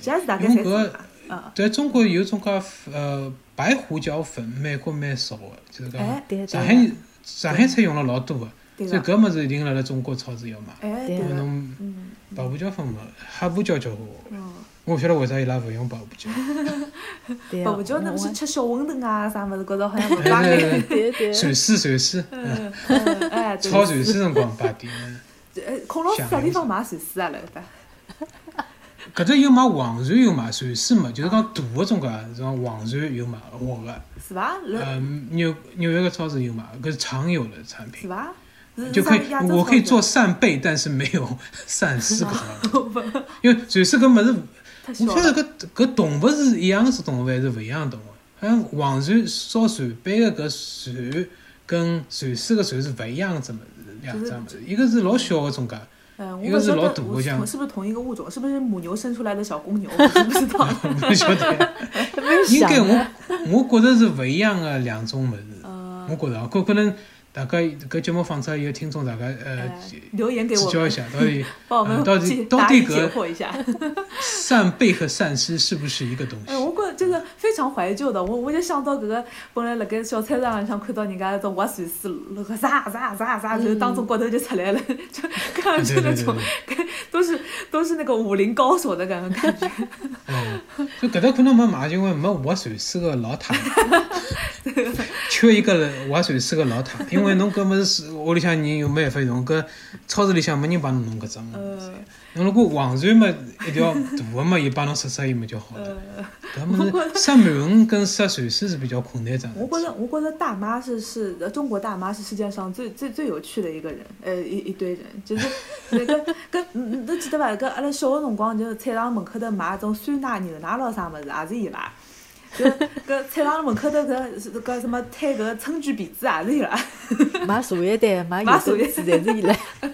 Speaker 4: 其实大概
Speaker 2: 因为
Speaker 4: 侪
Speaker 2: 搿
Speaker 4: 是啊，
Speaker 2: 在中国有种介呃白胡椒粉，美国蛮少的，就是讲
Speaker 4: 哎
Speaker 3: 对的
Speaker 2: 上海上海菜用了老多的，
Speaker 4: 对
Speaker 2: 所以
Speaker 4: 个，
Speaker 2: 搿物事一定辣辣中国超市要买。
Speaker 4: 哎
Speaker 3: 对
Speaker 4: 对
Speaker 3: 啊
Speaker 4: 个，
Speaker 2: 侬
Speaker 4: 嗯
Speaker 2: 白胡椒粉没，黑胡椒交给我，
Speaker 4: 嗯。
Speaker 2: 我勿晓得为啥伊拉勿用白胡 椒。
Speaker 3: 对啊，
Speaker 4: 白胡椒那
Speaker 3: 我
Speaker 4: 不是
Speaker 3: 我
Speaker 4: 吃小馄饨啊啥物事，觉着好像勿搭
Speaker 2: 哎
Speaker 4: 眼。
Speaker 2: 对
Speaker 3: 对对
Speaker 2: 对，陕西陕西，
Speaker 4: 嗯，嗯哎，对。
Speaker 2: 超陕西辰光摆点。啊
Speaker 4: 呃，孔老师啥地方买寿司啊？辣搿搭？
Speaker 2: 搿搭有买黄鳝有买陕西嘛，就是讲大个种介，啊是讲黄鳝有买活个，
Speaker 4: 是伐？辣
Speaker 2: 呃，纽纽约个超市有买，搿是常有的产
Speaker 4: 是
Speaker 2: 品，
Speaker 4: 伐？是
Speaker 2: 就可以
Speaker 4: 是啥亚洲
Speaker 2: 我可以做
Speaker 4: 超
Speaker 2: 扇贝，但是没有扇丝搿 种，
Speaker 4: 市
Speaker 2: 因为陕西搿物事，
Speaker 4: 太小
Speaker 2: 我
Speaker 4: 了
Speaker 2: 不晓得搿搿动物是一样是动物还是勿一样动物，好像黄鳝烧扇贝个搿扇跟陕西个扇是勿一样只物事，两只物事，一个是老小个中 介。
Speaker 4: 嗯，
Speaker 2: 一
Speaker 4: 我
Speaker 2: 个
Speaker 4: 不
Speaker 2: 是
Speaker 4: 晓
Speaker 2: 老
Speaker 4: 得
Speaker 2: 大
Speaker 4: 我
Speaker 2: 我想
Speaker 4: 同是不是同一个物种？是不是母牛生出来的小公牛？ 我不 知道。
Speaker 2: 不晓 得，应该
Speaker 4: 啊
Speaker 2: 我我觉着是勿一样个两种物事，
Speaker 4: 嗯，
Speaker 2: 我觉着啊，可可能大家搿节目放出来以后，听众大家呃
Speaker 4: 哎
Speaker 2: 指
Speaker 4: 留言给
Speaker 2: 指
Speaker 4: 我
Speaker 2: 教一
Speaker 4: 们，
Speaker 2: 下，到底
Speaker 4: 帮我们
Speaker 2: 嗯到底
Speaker 4: 解
Speaker 2: 到
Speaker 4: 答
Speaker 2: 底
Speaker 4: 疑
Speaker 2: 搿
Speaker 4: 解惑 一下。
Speaker 2: 扇贝和扇丝是不是一个东
Speaker 4: 哎，
Speaker 2: 西？
Speaker 4: 我觉就是非常怀旧的，我我就想到搿个本来辣盖小菜场里向看到人家那种挖水丝，那个啥啥啥啥，就是当中骨头就出来了， 就看上
Speaker 2: 嗯对
Speaker 4: 去那
Speaker 2: 对对
Speaker 4: 种
Speaker 2: 对，
Speaker 4: 都是都是那个武林高手的感觉感觉。
Speaker 2: 嗯，就搿搭可能没买，因为没划船丝个老太， 缺一个划船丝个老太，因为侬搿物事是屋里向人又没办法用，搿超市里向没人帮侬弄搿种物事
Speaker 4: 呃。
Speaker 2: 侬如果黄鳝嘛，一条大个嘛，伊帮侬杀杀伊嘛就好了。
Speaker 4: 呃，
Speaker 2: 搿么是杀鳗鱼跟杀寿司是比较困难这样
Speaker 4: 我觉着我觉着大妈是是呃中国大妈是世界上最最最有趣的一个人，呃一一堆人，就是那个跟嗯侬记得伐？搿阿拉小个辰光就是菜场门口头买种酸奶、牛奶咯啥物事，也是伊拉。就搿菜场门口头搿是搿什么摊搿个春卷皮子也是伊拉。
Speaker 3: 买茶叶蛋，买油
Speaker 4: 买茶
Speaker 3: 豆
Speaker 4: 叶
Speaker 3: 子，侪是 伊拉。
Speaker 2: 嗯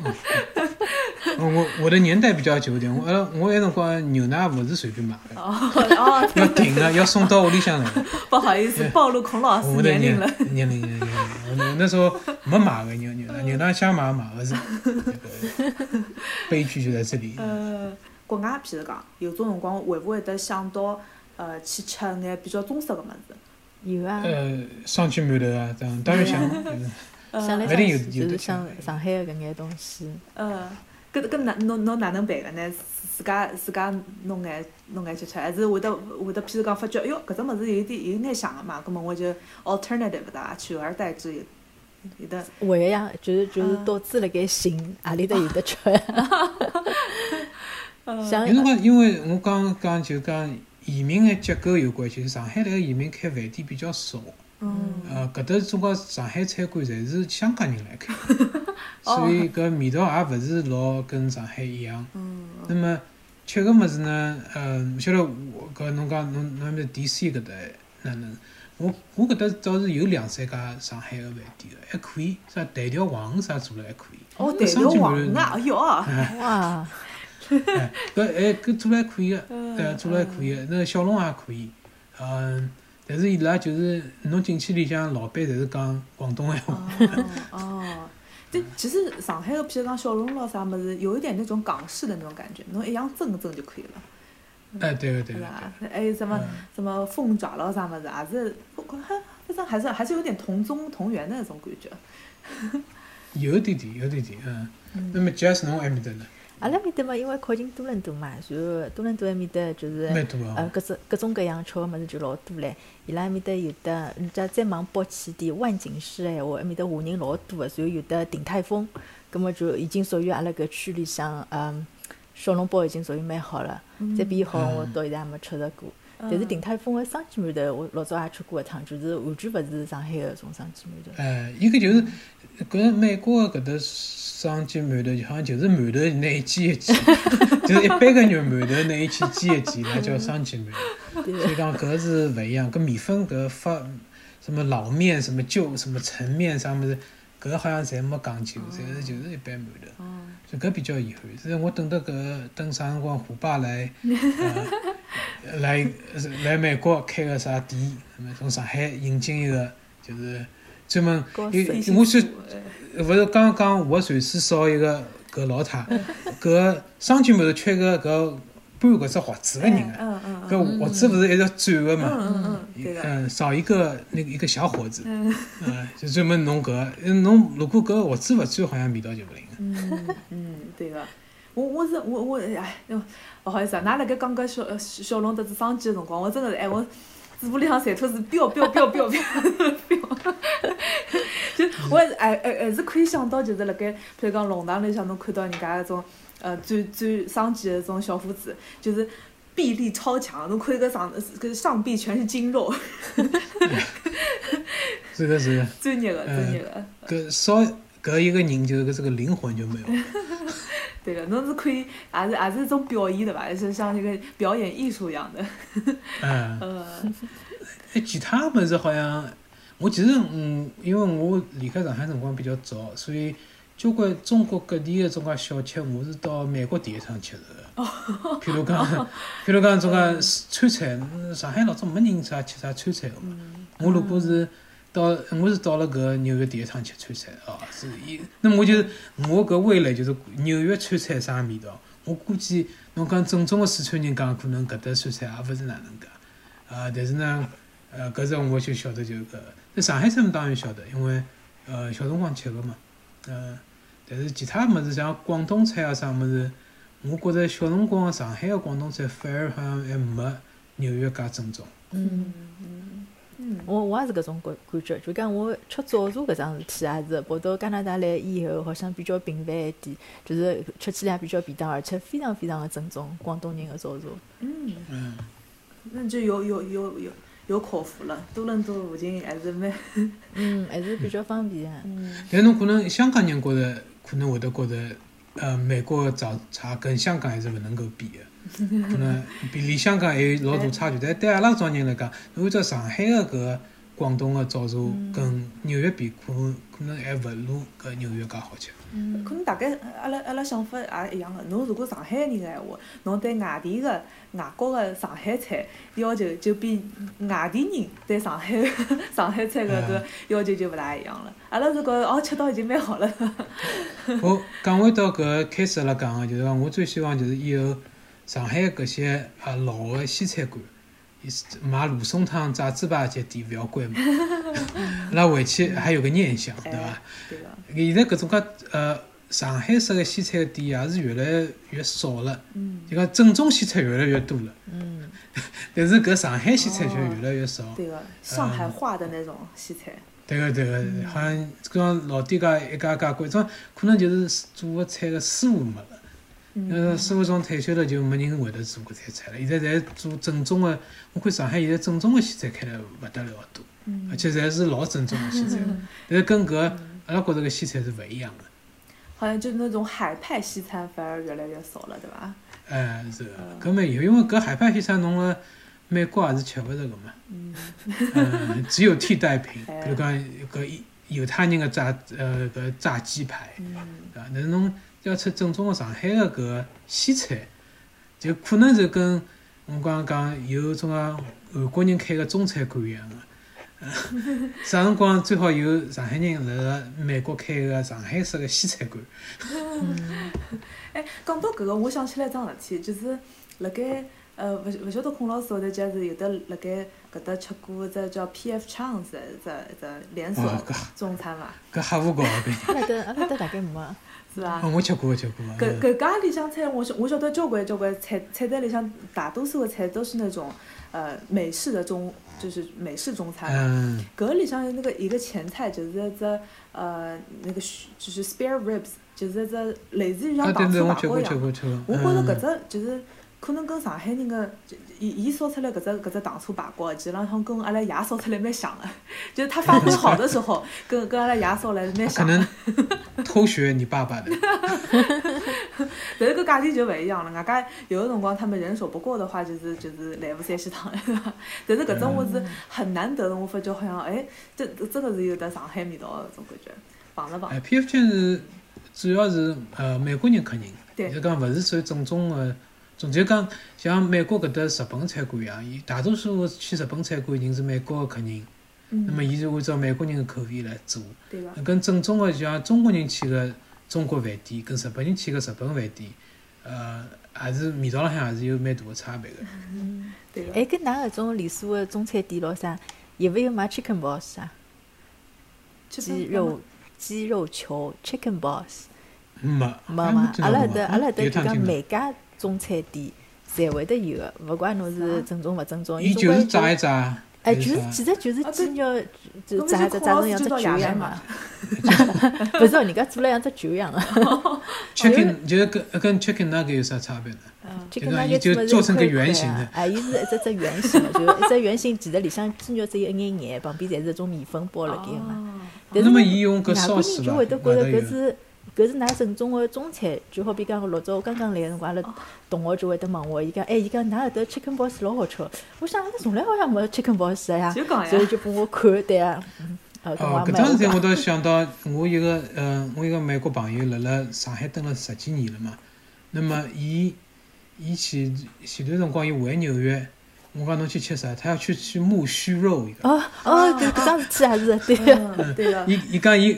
Speaker 2: 我我的年代比较久一点，我阿拉我那辰光牛奶勿是随便买的，
Speaker 4: 哦哦，
Speaker 2: 要订的，要送到屋里向来。
Speaker 4: 不好意思，暴露孔老师
Speaker 2: 我的
Speaker 4: 年
Speaker 2: 年
Speaker 4: 龄了。
Speaker 2: 年龄年龄，我我那时候没买过牛牛奶，牛奶想买买不着。这个悲剧就在这里。
Speaker 4: 呃，国外譬如讲，有种辰光会勿会得想到呃去吃眼比较中式个物事？
Speaker 3: 有啊，
Speaker 2: 呃，上去馒头啊，这样当然想，
Speaker 4: 呃
Speaker 3: 想
Speaker 2: 不
Speaker 3: 来
Speaker 2: 一
Speaker 3: 想
Speaker 2: 定有
Speaker 3: 去
Speaker 2: 有
Speaker 3: 就是
Speaker 2: 的
Speaker 3: 想上海的搿眼东西。
Speaker 4: 呃，搿搿哪侬侬哪能办个呢？自自家自家弄眼弄眼吃吃，还是会得会得，譬如讲发觉，哎哟，搿只物事有点有眼像个嘛，葛末我就 alternative 的啊取而代之，有有的
Speaker 3: 会呀，就是就是
Speaker 4: 嗯
Speaker 3: 到处辣盖寻，何啊里搭有得吃。
Speaker 2: 有
Speaker 3: 像
Speaker 2: 辰光因为我刚刚就讲移民的结构有关系，上海来个移民开饭店比较少。
Speaker 4: 嗯
Speaker 2: 呃，搿搭中国上海餐馆侪是香港人来 开，
Speaker 4: 哦
Speaker 2: 所以搿味道也勿是老跟上海一样。
Speaker 4: 嗯
Speaker 2: 那么吃个物事呢，呃，勿晓得我搿侬讲侬侬面 DC 搿搭哪能？我我搿搭倒是有两三家上海个饭店个，还可以，啥弹条黄鱼啥做了还可以。
Speaker 4: 哦，
Speaker 2: 那
Speaker 4: 对
Speaker 2: 上
Speaker 4: 条
Speaker 2: 去
Speaker 4: 黄
Speaker 2: 没人
Speaker 4: 啊，哎哟，
Speaker 3: 哇，
Speaker 2: 哎，搿哎搿做了还可以个，对啊，
Speaker 4: 嗯
Speaker 2: 做了还可以个，那个小笼也可以，嗯，但是伊拉就是侬进去里向，老板侪是讲广东闲话。
Speaker 4: 哦哦，对，其实上海个譬如讲小笼咯啥物事，有一点那种港式的那种感觉，侬一样蒸一蒸就可以了，
Speaker 2: 哎，对个对
Speaker 4: 对
Speaker 2: 个。
Speaker 4: 伐？还有什么
Speaker 2: 嗯
Speaker 4: 什么凤爪咯啥物事，也是，还反正还是还是有点同宗同源的那种感觉。
Speaker 2: 有一点点，有一点点，嗯。那么 Jazz 侬埃面搭呢？
Speaker 3: 阿拉面搭嘛，因为靠近多伦多嘛，然后多伦多埃面搭就是
Speaker 2: 蛮多啊
Speaker 3: 呃，各种各种各样吃个物事就老多唻。伊拉埃面搭有的，人家再往北起点，万锦市闲话，埃面搭华人老多个，然后有的鼎泰丰，葛末就已经属于阿拉搿区里向，嗯，小笼包已经属于蛮好了。再比伊好，我
Speaker 2: 嗯
Speaker 3: 到现在还没吃着过。但是鼎泰丰个生煎馒头，我老早也吃过一趟，就是完全勿是上海个种生煎馒头。
Speaker 2: 呃，一个就是搿美国搿搭双煎馒头，好像就是馒头拿一记一记， 就是一般个肉馒头拿一起记一记，那叫双煎馒头。
Speaker 3: 对
Speaker 2: 所以讲搿是勿一样，搿面粉搿发什么老面、什么旧、什么陈面啥物事，搿好像侪没讲究，侪是就是一般馒头。
Speaker 4: 哦，
Speaker 2: 就搿比较遗憾。所以我等到搿等啥辰光虎爸 来，呃、来来美国开个啥店，那么从上海引进一个就是专门
Speaker 3: 高，
Speaker 2: 因
Speaker 4: 飞
Speaker 2: 为
Speaker 4: 行
Speaker 2: 我是
Speaker 4: 服务哎
Speaker 2: 勿是刚刚我随时烧一个搿老太，搿商圈门头缺个搿搬搿只盒子个人啊，
Speaker 4: 嗯嗯嗯
Speaker 2: 搿盒子勿是一直转个嘛？
Speaker 4: 嗯嗯嗯，对的，
Speaker 2: 嗯，少一个那个一个小伙子，
Speaker 4: 嗯
Speaker 2: 呃，就专门弄搿，嗯侬如果搿盒子勿转，好像味道就勿灵。
Speaker 4: 嗯嗯，对个。我我是我我哎，哟勿好意思啊，㑚辣盖讲搿小呃小小龙得子生鸡个辰光，我真个是哎，我嘴巴里向馋吐是飙飙飙飙飙飙，就我还是哎哎还是可以想到，就是辣盖譬如讲弄堂里向侬看到人家搿种呃转转生鸡个种小伙子，就是臂力超强，侬看搿上搿上臂全是筋肉，
Speaker 2: 是个是个。
Speaker 4: 最热个最热个。
Speaker 2: 搿少搿一个人，就是搿这个灵魂就没有了。
Speaker 4: 对个，侬是可以，也是也是一种表演对伐？也是像一个表演艺术一样的。
Speaker 2: 嗯，
Speaker 4: 呃，
Speaker 2: 哎， 其他物事好像，我其实嗯，因为我离开上海辰光比较早，所以交关中国各地的种介小吃，我是到美国第一趟吃着的。譬如讲，譬如讲种介川菜，嗯上海老早没人啥吃啥川菜个嘛。我如果是到，我是到了搿纽约第一趟吃川菜啊，是一，那么我就我搿味蕾就是纽约川菜啥味道，我估计侬讲正宗的四川人讲，可能搿搭川菜也勿是哪能介，啊，但是呢，呃，搿种我就晓得就搿，在上海菜当然晓得，因为呃小辰光吃个嘛，呃，但是其他物事像广东菜啊啥物事，我觉着小辰光上海个广东菜反而好像还没纽约介正宗，
Speaker 4: 嗯嗯嗯
Speaker 3: 我我也是搿种感感觉，就讲我吃早茶搿桩事体也是，跑到加拿大来以后，好像比较频繁一点，就是吃起来比较便当，而且非常非常的正宗，广东人的早茶。
Speaker 4: 嗯，
Speaker 2: 嗯。
Speaker 4: 那就有有有有有口福了。多伦多附近还是蛮
Speaker 3: 嗯，还是比较方便啊的。
Speaker 4: 嗯
Speaker 2: 但侬可能香港人觉着可能会得觉着，呃，美国的早茶跟香港还是勿能够比的，可能比离香港还有老大差距。但对阿拉搿种人来讲，按照上海的搿个广东的早茶跟纽约比，可能可能还勿如搿纽约介好吃。
Speaker 4: 可能大概阿拉阿拉想法也一样个。侬如果上海人个闲话，侬对外地个外国个上海菜要求就比外地人对上海 上海菜个
Speaker 2: 嗯
Speaker 4: 个要求就勿大一样了。阿拉是觉着哦，吃到已经蛮好了。
Speaker 2: 我讲回到搿开始阿拉讲个，啊就是讲我最希望就是以后上海搿些啊老个西餐馆，伊是卖芦笋汤、炸猪排搿些店勿要关门，阿拉回去还有个念想，对伐？
Speaker 4: 对个，
Speaker 2: 现在搿种介呃上海式个西餐店也是越来越少了，
Speaker 4: 嗯，
Speaker 2: 就讲正宗西餐越来越多了，
Speaker 3: 嗯，
Speaker 2: 但是搿上海西餐却越来越少。
Speaker 4: 对个，上海话的那种西菜。
Speaker 2: 对个对个，好像搿种老店家一家家关，种可能就是做个菜个师傅没了。呃，师傅从退休了就没人会得做搿些菜了。现在侪做正宗个，我看上海现在正宗个西餐开了勿得了多，而且侪是老正宗个西餐，但是跟搿阿拉觉着搿西餐是勿一样个。
Speaker 4: 好像就是那种海派西餐反而越来越少了，对吧？
Speaker 2: 哎，是的，
Speaker 4: 嗯
Speaker 2: 搿没有，因为搿海派西餐侬辣美国也是吃勿着个嘛。嗯。只有替代品，
Speaker 4: 哎
Speaker 2: 比如讲搿一犹太人个炸呃搿炸鸡排，
Speaker 4: 嗯
Speaker 2: 对伐？但是侬要吃正宗个上海个搿西餐，就可能是跟我刚刚讲有种啊韩国人开个中餐馆一样 个。呃啥辰光最好有上海人辣辣美国开个上海式个西餐馆？
Speaker 4: 哎，讲到搿个，我想起来一桩事体，就是辣盖呃，勿勿晓得孔老师后头假是有的辣盖搿搭吃过一只叫 P.F. Chang's 一只一只连锁
Speaker 2: 哇搿
Speaker 4: 中餐嘛，
Speaker 2: 搿瞎胡搞个概念。
Speaker 3: 阿拉搭阿拉啊搭大概没。
Speaker 4: 是伐？
Speaker 2: 哦，我吃过，我吃过。嗯
Speaker 4: 搿搿家里向菜，我晓我晓得交关交关菜菜单里向大多数的菜都是那种呃美式的中，就是美式中餐嘛。
Speaker 2: 嗯，
Speaker 4: 搿里向有那个一个前菜，就是一只呃那个须就是 spare ribs，就是一只类似于像
Speaker 2: 啊，对
Speaker 4: 糖
Speaker 2: 对，
Speaker 4: 醋
Speaker 2: 我嗯
Speaker 4: 排
Speaker 2: 吃
Speaker 4: 骨
Speaker 2: 过
Speaker 4: 一
Speaker 2: 吃
Speaker 4: 样。
Speaker 2: 过吃过。
Speaker 4: 我觉着搿只就是可能跟上海人个，就伊伊烧出来搿只搿只糖醋排骨，其实浪向跟阿拉爷烧出来蛮像的， 就是他发挥好的时候， 跟跟阿拉爷烧来是
Speaker 2: 嗯啊
Speaker 4: 蛮
Speaker 2: 可
Speaker 4: 像的。
Speaker 2: 能偷学你爸 爸的，
Speaker 4: 但是搿价钿就勿一样了，外加有的辰光他们人手不够的话，就是就是来福山西堂，对伐？ 但是搿种我
Speaker 2: 嗯
Speaker 4: 是很难得的，我发觉好像哎，这真个是有得上海味道的搿种感觉，碰了碰。
Speaker 2: 哎，PF 圈是主要是呃美国人客人，
Speaker 4: 对
Speaker 2: 就讲勿是说正宗的。总就讲，像美国搿搭日本餐馆一样，伊大多数去日本餐馆的人是美国的客人，那么
Speaker 4: 嗯，
Speaker 2: 伊是按照美国人的口味来做。
Speaker 4: 对伐？
Speaker 2: 跟正宗的就像中国人去个中国饭店，跟日本人去个日本饭店，呃，还是味道浪向还是有蛮大的差别的。
Speaker 4: 对个。
Speaker 3: 哎，搿㑚搿种连锁的中餐店咯啥，有勿有卖 chicken balls 啊？
Speaker 4: 吃
Speaker 3: 鸡
Speaker 4: 饭了吗
Speaker 3: 肉鸡肉球 chicken balls
Speaker 2: 没，
Speaker 3: 嗯没
Speaker 2: 啊
Speaker 3: 嘛？阿拉搿搭
Speaker 2: 的
Speaker 3: 阿拉搿搭
Speaker 2: 嗯有
Speaker 3: 就
Speaker 2: 趟
Speaker 3: 讲
Speaker 2: 听到，
Speaker 3: 每家中餐店侪会得有个，勿怪侬是正宗勿正宗，
Speaker 2: 伊
Speaker 3: 伊
Speaker 2: 就是
Speaker 3: 总
Speaker 2: 炸
Speaker 3: 归
Speaker 2: 一炸，还
Speaker 3: 哎，就是是
Speaker 2: 啥
Speaker 3: 其实就是
Speaker 4: 啊
Speaker 3: 鸡
Speaker 4: 对
Speaker 3: 肉，就炸
Speaker 4: 搿勿
Speaker 3: 炸
Speaker 4: 是
Speaker 3: 炸
Speaker 4: 孔老
Speaker 3: 成像
Speaker 4: 师就
Speaker 3: 只
Speaker 4: 到
Speaker 3: 球
Speaker 4: 夜
Speaker 3: 一
Speaker 4: 来
Speaker 3: 样
Speaker 4: 嘛
Speaker 3: 嘛。勿是哦，人家做了 像只球一样个。
Speaker 2: chicken 就是跟跟 chicken nugget 有啥差别呢？
Speaker 3: 这
Speaker 2: 对
Speaker 3: 个
Speaker 2: 吧
Speaker 3: 那
Speaker 2: 伊就
Speaker 3: 么
Speaker 2: 做成个
Speaker 3: 个
Speaker 2: 圆形的
Speaker 3: 哎，伊是一只只圆形的，就是一只圆形，其实里向鸡肉只有一眼眼，旁边侪是种面粉包辣盖嘛。
Speaker 4: 哦
Speaker 3: 但
Speaker 2: 那
Speaker 3: 是
Speaker 2: 么伊用搿
Speaker 3: 外国
Speaker 2: 烧
Speaker 3: 人
Speaker 2: 水
Speaker 3: 就
Speaker 2: 伐？
Speaker 3: 会得觉着
Speaker 2: 外头有
Speaker 3: 搿是搿是㑚正宗的中餐，就好比讲老早我刚刚来个辰光，阿
Speaker 4: 哦
Speaker 3: 拉同学就会得问我，伊讲哎，伊讲㑚搿搭 chicken balls 老好吃哦，我想阿拉从来好像没 chicken balls 的呀
Speaker 4: 就，啊讲
Speaker 3: 啊所以
Speaker 4: 呀，
Speaker 3: 就拨我看，对啊，嗯呃，跟
Speaker 2: 哦
Speaker 3: 我，
Speaker 2: 搿
Speaker 3: 买
Speaker 2: 桩事体
Speaker 3: 我讲
Speaker 2: 我倒想到，我一个呃，我一个美国朋友辣辣上海蹲了十几年了嘛。那么伊伊前前段辰光伊回纽约，我讲侬去吃啥？他要去吃木须肉一个。
Speaker 3: 哦哦，搿搿桩事体也是对啊。
Speaker 4: 嗯，对个。
Speaker 2: 伊伊讲伊，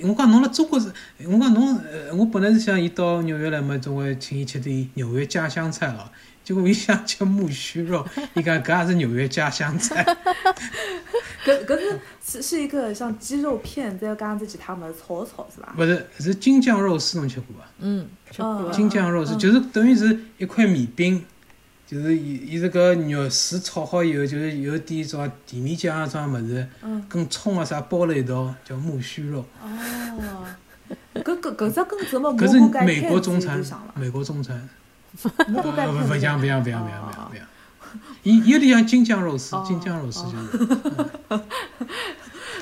Speaker 2: 我讲侬辣中国是，我讲侬，呃我本来是想伊到纽约来嘛，总归请伊吃点纽约家乡菜咯。结果伊想吃木须肉，伊讲搿也是纽约家乡菜。
Speaker 4: 搿搿是是是一个像鸡肉片，再加上这其他么子炒一炒是伐？
Speaker 2: 勿是，是京酱肉丝侬吃过伐？
Speaker 3: 嗯，吃过
Speaker 4: 嗯
Speaker 3: 啊
Speaker 2: 京酱肉丝就是等于是一块米饼，就是伊伊是搿肉丝炒好以后，就是有点种甜面酱啊种物事，
Speaker 4: 嗯，
Speaker 2: 跟葱啊啥包了一道，叫木须肉。
Speaker 3: 嗯
Speaker 4: 哦，搿搿搿只跟什么蘑
Speaker 2: 搿
Speaker 4: 菇
Speaker 2: 是
Speaker 4: 盖
Speaker 2: 美
Speaker 4: 片
Speaker 2: 国
Speaker 4: 子
Speaker 2: 中
Speaker 4: 就
Speaker 2: 餐
Speaker 4: 像了，，
Speaker 2: 美国中餐。
Speaker 4: 蘑菇盖
Speaker 2: 呃，
Speaker 4: 片
Speaker 2: 勿
Speaker 4: 子
Speaker 2: 勿像，勿像，勿像，勿像，
Speaker 4: 哦
Speaker 2: 勿
Speaker 4: 哦
Speaker 2: 像，勿像。伊有点像京酱肉丝
Speaker 4: 哦，
Speaker 2: 京酱肉丝
Speaker 4: 哦
Speaker 2: 就是。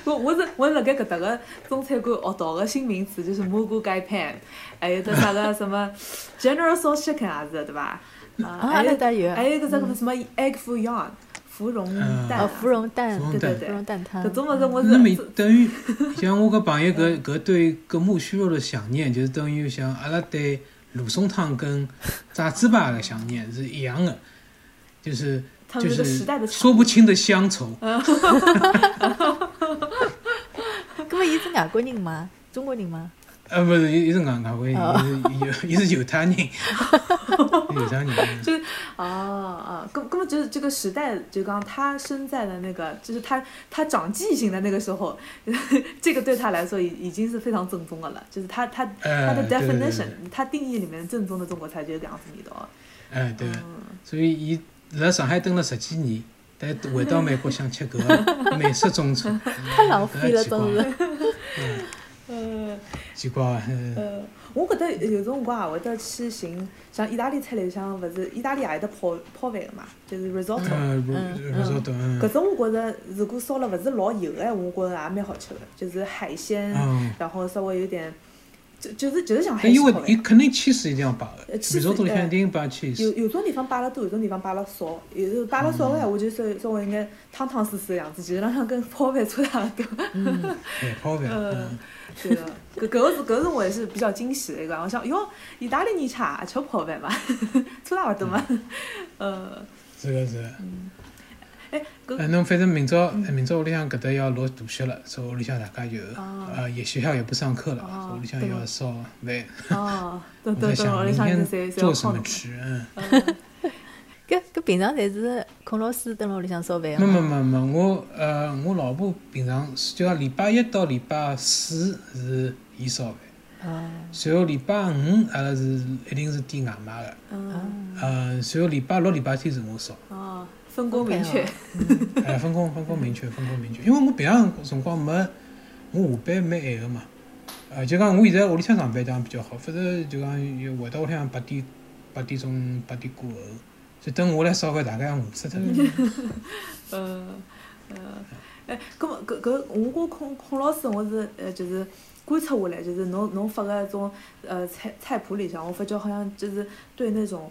Speaker 4: 我我是我辣盖搿搭个中餐馆学到个新名词，就是蘑菇盖片，还有得啥个 什么 General Soul Chicken 也是对伐？啊
Speaker 3: 啊，阿
Speaker 4: 还
Speaker 3: 拉
Speaker 4: 有
Speaker 3: 搭有啊
Speaker 4: 还有个啥个什么 Egg Foo Young 芙蓉
Speaker 2: 嗯
Speaker 4: 蛋
Speaker 3: 哦，
Speaker 4: 啊，
Speaker 3: 芙蓉蛋，
Speaker 2: 芙蓉
Speaker 3: 对对
Speaker 4: 蛋
Speaker 3: 对，芙蓉蛋汤。
Speaker 4: 搿种物事我
Speaker 2: 那么
Speaker 4: 是
Speaker 2: 等于像我搿朋友搿搿对搿木须肉的想念，就是等于像阿拉对鲁松汤跟炸糍粑的想念是一样的，就是
Speaker 4: 他
Speaker 2: 就
Speaker 4: 们这个时代的嗯
Speaker 2: 是
Speaker 4: 产
Speaker 2: 说不清的乡愁。
Speaker 3: 搿么伊是外国人吗？中国人吗？
Speaker 2: 呃，不是，伊伊是外外国人，
Speaker 3: 哦
Speaker 2: 伊是伊是伊是犹太人， 伊是犹太人。
Speaker 4: 啊啊，根根本就是这个时代，就刚他生在的那个，就是他他长记性的那个时候， 这个对他来说已已经是非常正宗的了。就是他他他
Speaker 2: 呃，
Speaker 4: 的
Speaker 2: 对对对
Speaker 4: definition，、
Speaker 2: 对，
Speaker 4: 他定义里面正宗的中国菜就是这样子味道。
Speaker 2: 哎对，
Speaker 4: 嗯，
Speaker 2: 所以伊辣上海蹲了十几年，但回到美国想吃搿个美式中 餐，
Speaker 3: 太浪费了，
Speaker 2: 搿也奇怪
Speaker 3: 真是。
Speaker 4: 呃
Speaker 2: 奇怪 啊。呃
Speaker 4: 呃，我觉得有辰光也会得去寻，像意大利菜里向勿是意大利也会得泡泡饭的嘛，就是 risotto。
Speaker 2: 嗯，不
Speaker 3: 嗯
Speaker 2: 不晓得，嗯
Speaker 4: 搿种我觉着，如果烧了勿是老油的闲话，我觉着也蛮好吃的，就是海鲜，
Speaker 2: 嗯，
Speaker 4: 然后稍微有点，就就是就是像海
Speaker 2: 但
Speaker 4: 鲜
Speaker 2: 哎因
Speaker 4: 泡
Speaker 2: 为
Speaker 4: 饭
Speaker 2: 伊。肯定 cheese 一定要摆的，
Speaker 4: 呃
Speaker 2: 每
Speaker 4: ，cheese，
Speaker 2: 种东西
Speaker 4: 哎
Speaker 2: 一定摆 cheese
Speaker 4: 有。有种地方摆了多，有种地方摆了少。有时候摆了少个闲话，就稍稍微有眼汤汤水水的样子，其实浪向跟泡饭差勿 多。
Speaker 3: 嗯，
Speaker 2: 哎，泡饭，
Speaker 4: 呃
Speaker 2: 嗯，
Speaker 4: 对的，搿搿个是搿是我也是比较惊喜的一个。我想，哟，意大利人吃也吃泡饭嘛，差勿多嘛。
Speaker 2: 嗯
Speaker 4: 呃，
Speaker 2: 是个是个。
Speaker 4: 嗯哎，嗯搿
Speaker 2: 哎，侬反正明朝明朝屋里向搿搭要落大雪了，所以屋里向大家就
Speaker 4: 哦
Speaker 2: 呃也学校也不上课了，
Speaker 4: 哦
Speaker 2: 所以屋里向
Speaker 4: 对
Speaker 2: 要烧饭。
Speaker 4: 哦，等
Speaker 2: 我
Speaker 4: 等
Speaker 2: 在
Speaker 4: 等，
Speaker 2: 想
Speaker 4: 我里
Speaker 2: 明
Speaker 4: 向
Speaker 2: 天
Speaker 4: 侪侪
Speaker 2: 做什
Speaker 4: 要
Speaker 2: 么
Speaker 4: 泡
Speaker 2: 吃，嗯，
Speaker 4: 嗯
Speaker 3: 搿搿平常侪是孔老师蹲辣屋里向烧饭啊
Speaker 2: 没
Speaker 3: 个
Speaker 2: 没
Speaker 3: 嘛。
Speaker 2: 没没，我呃我老婆平常是就讲礼拜一到礼拜四是伊烧饭，
Speaker 3: 哦，
Speaker 2: 随后礼拜五阿拉是一定是点外卖的，
Speaker 4: 嗯
Speaker 3: 哦
Speaker 2: 呃，随后礼拜六礼拜天是我烧。
Speaker 4: 哦，分工明
Speaker 3: OK
Speaker 4: 确
Speaker 3: 哦。
Speaker 2: 哎，分工分工明确，分工明确。因为我平常辰光没，我下班蛮晚个嘛。呃，就讲我现在屋里向上班当然比较好，否则就讲有回到屋里向八点八点钟八点过后，就等我来烧饭，大概要饿死脱了。
Speaker 4: 呃呃，哎，搿么搿搿，我觉孔孔老师，我是呃就是观察下来，就是侬侬发个种呃菜菜谱里向，我发觉好像就是对那种。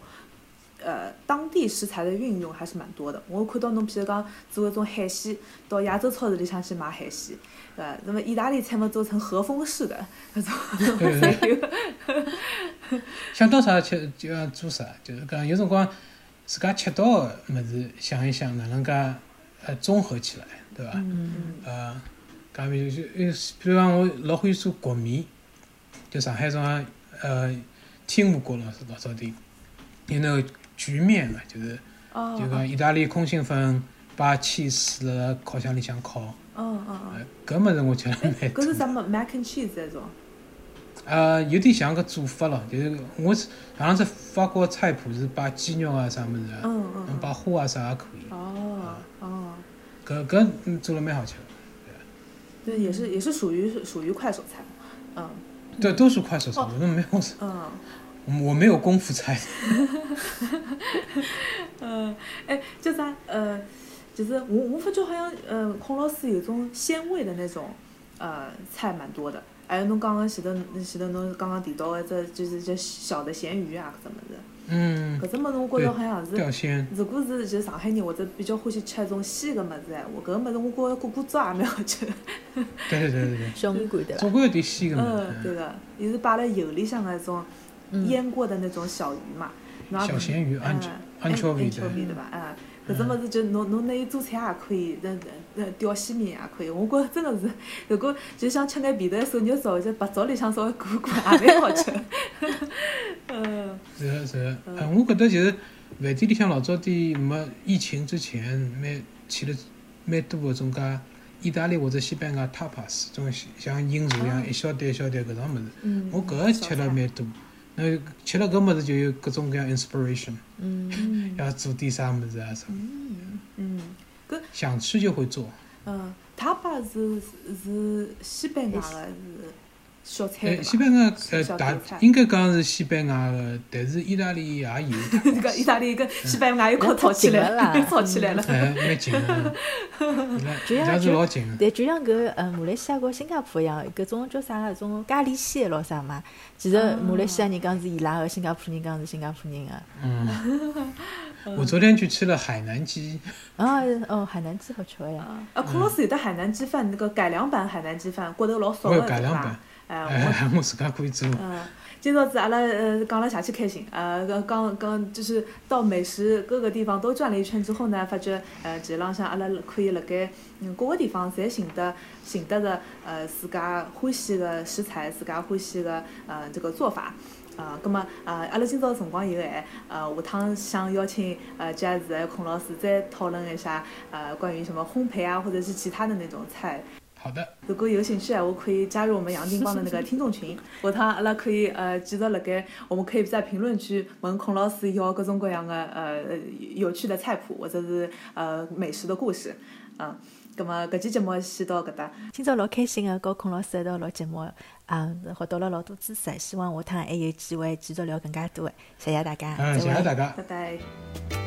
Speaker 4: 呃，当地食材的运用还是蛮多的。我看到侬，譬如讲做一种海鲜，到亚洲超市里向去买海鲜，呃，那么意大利菜嘛做成和风式的搿种，
Speaker 2: 对对
Speaker 4: 所以
Speaker 2: 想到啥吃就要做啥，就是讲有辰光自家吃到个物事想一想哪能介呃综合起来，对伐？
Speaker 4: 嗯
Speaker 2: 呃，讲比如就呃，比如讲我老欢喜做国米，就上海种啊呃天妇国老师老早的，有那个焗面嘛，就是
Speaker 4: 哦，
Speaker 2: 就讲意大利空心粉把 cheese 辣辣烤箱里向烤，
Speaker 4: 嗯嗯嗯，
Speaker 2: 呃搿物事我吃了蛮
Speaker 4: 哎搿
Speaker 2: 多
Speaker 4: 是。什么 mac and cheese 那种？
Speaker 2: 呃，有点像搿做法咯，就是我是好像是法国菜谱是把鸡肉啊啥物事啊，
Speaker 4: 嗯嗯
Speaker 2: 嗯，把
Speaker 4: 嗯，
Speaker 2: 花啊啥也可以，
Speaker 4: 哦哦，
Speaker 2: 搿搿嗯做了蛮好吃的。
Speaker 4: 对，也是也是属于属于快手菜，嗯
Speaker 2: 对，都是快手菜，我都没有，
Speaker 4: 嗯。
Speaker 2: 我没有功夫菜。
Speaker 4: 哦嗯，哎，就啥呃，就是我我发觉好像呃，孔老师有种鲜味的那种呃菜蛮多的。还有侬刚刚前头前头侬刚刚提到的这就是这小的咸鱼啊，搿只物
Speaker 2: 嗯，
Speaker 4: 事，搿只物事我觉着好像是，
Speaker 2: 吊鲜，
Speaker 4: 如果是就是上海人或者比较欢喜吃一种鲜个物事闲话，搿个物事哎我觉着咕咕粥也蛮好吃的。
Speaker 2: 对对对对对，
Speaker 3: 小鱼干对伐？
Speaker 2: 总归有点鲜个嘛。
Speaker 4: 嗯，对个，伊是摆辣油里向个一种
Speaker 3: 嗯，
Speaker 4: 腌过的那种小鱼嘛，然后
Speaker 2: 小咸鱼安
Speaker 4: 嗯
Speaker 2: 安丘比的，嗯
Speaker 4: 对伐？啊，搿只物事就侬侬拿伊做菜也可以，那那吊西面也可以。我觉着真个是，如果就想吃眼皮头手肉烧，就白粥里向稍微裹裹也蛮好吃。 嗯
Speaker 2: 是的是的。哎，我觉得其实饭店里向老早点没疫情之前，蛮去了蛮多搿种介意大利或者西班牙 tapas，种像饮茶一样一小碟一小碟搿种物事。
Speaker 4: 啊嗯，
Speaker 2: 我搿个吃了蛮多，那吃了搿物事就有各种各样 inspiration，
Speaker 3: 嗯，
Speaker 4: 嗯
Speaker 2: 要做点啥物事啊啥，
Speaker 4: 嗯
Speaker 2: 想吃就会做。
Speaker 4: 嗯，塔巴是是西班牙个是小菜
Speaker 2: 哎，
Speaker 4: 对
Speaker 2: 西
Speaker 4: 伐？
Speaker 2: 班牙呃
Speaker 4: 小
Speaker 2: 大
Speaker 4: 小菜
Speaker 2: 应该讲是西班牙个，但是意大利也有，
Speaker 4: 这个意大
Speaker 2: 嗯
Speaker 4: 利跟西班牙又搞吵起来
Speaker 3: 那太紧了啦
Speaker 4: 吵起来了。
Speaker 2: 哎，蛮近 个，伊拉
Speaker 3: 主
Speaker 2: 伊
Speaker 3: 要
Speaker 2: 拉是
Speaker 3: 就
Speaker 2: 老啊近个。
Speaker 3: 对，就像搿呃马来西亚和新加坡一样，搿种叫啥搿种咖喱蟹咯啥嘛，其实马来西亚人讲是伊拉个，新加坡人讲是新加坡人个。啊
Speaker 2: 嗯，我昨天去吃了海南鸡，
Speaker 3: 啊哦，海南鸡好吃个呀！
Speaker 4: 啊，啊，孔老师有的海南鸡饭，那个改良版海南鸡饭，觉头老
Speaker 2: 我
Speaker 4: 少个
Speaker 2: 有
Speaker 4: 对
Speaker 2: 改良
Speaker 4: 伐
Speaker 2: 版？
Speaker 4: 哎，我
Speaker 2: 哎，我自家可以做。
Speaker 4: 嗯，今朝子阿拉呃讲了邪气开心，呃刚刚刚就是到美食各个地方都转了一圈之后呢，发觉呃这浪向阿拉可以辣盖嗯各个地方侪寻得寻得着呃自家欢喜个食材，自家欢喜个呃这个做法。啊，葛么啊，阿拉今朝辰光有限，呃，下趟想邀请呃 Jazz 还有孔老师再讨论一下，呃，关于什么烘焙啊，或者是其他的那种菜，
Speaker 2: 好的，
Speaker 4: 如果有兴趣啊，我可以加入我们杨金帮的那个听众群，下趟阿拉可以呃继续辣盖，我们可以在评论区问孔老师要各种各样的呃呃有趣的菜谱或者是呃美食的故事，嗯，咁么搿期节目先到搿搭，
Speaker 3: 今朝老开心个，和孔老师一道录节目，啊，学到了老多知识，希望下趟还有机会继续聊更加多。谢谢大家，
Speaker 2: 嗯，
Speaker 3: 再
Speaker 2: 谢谢
Speaker 3: 会
Speaker 2: 大家。
Speaker 4: 拜拜。
Speaker 3: 拜拜。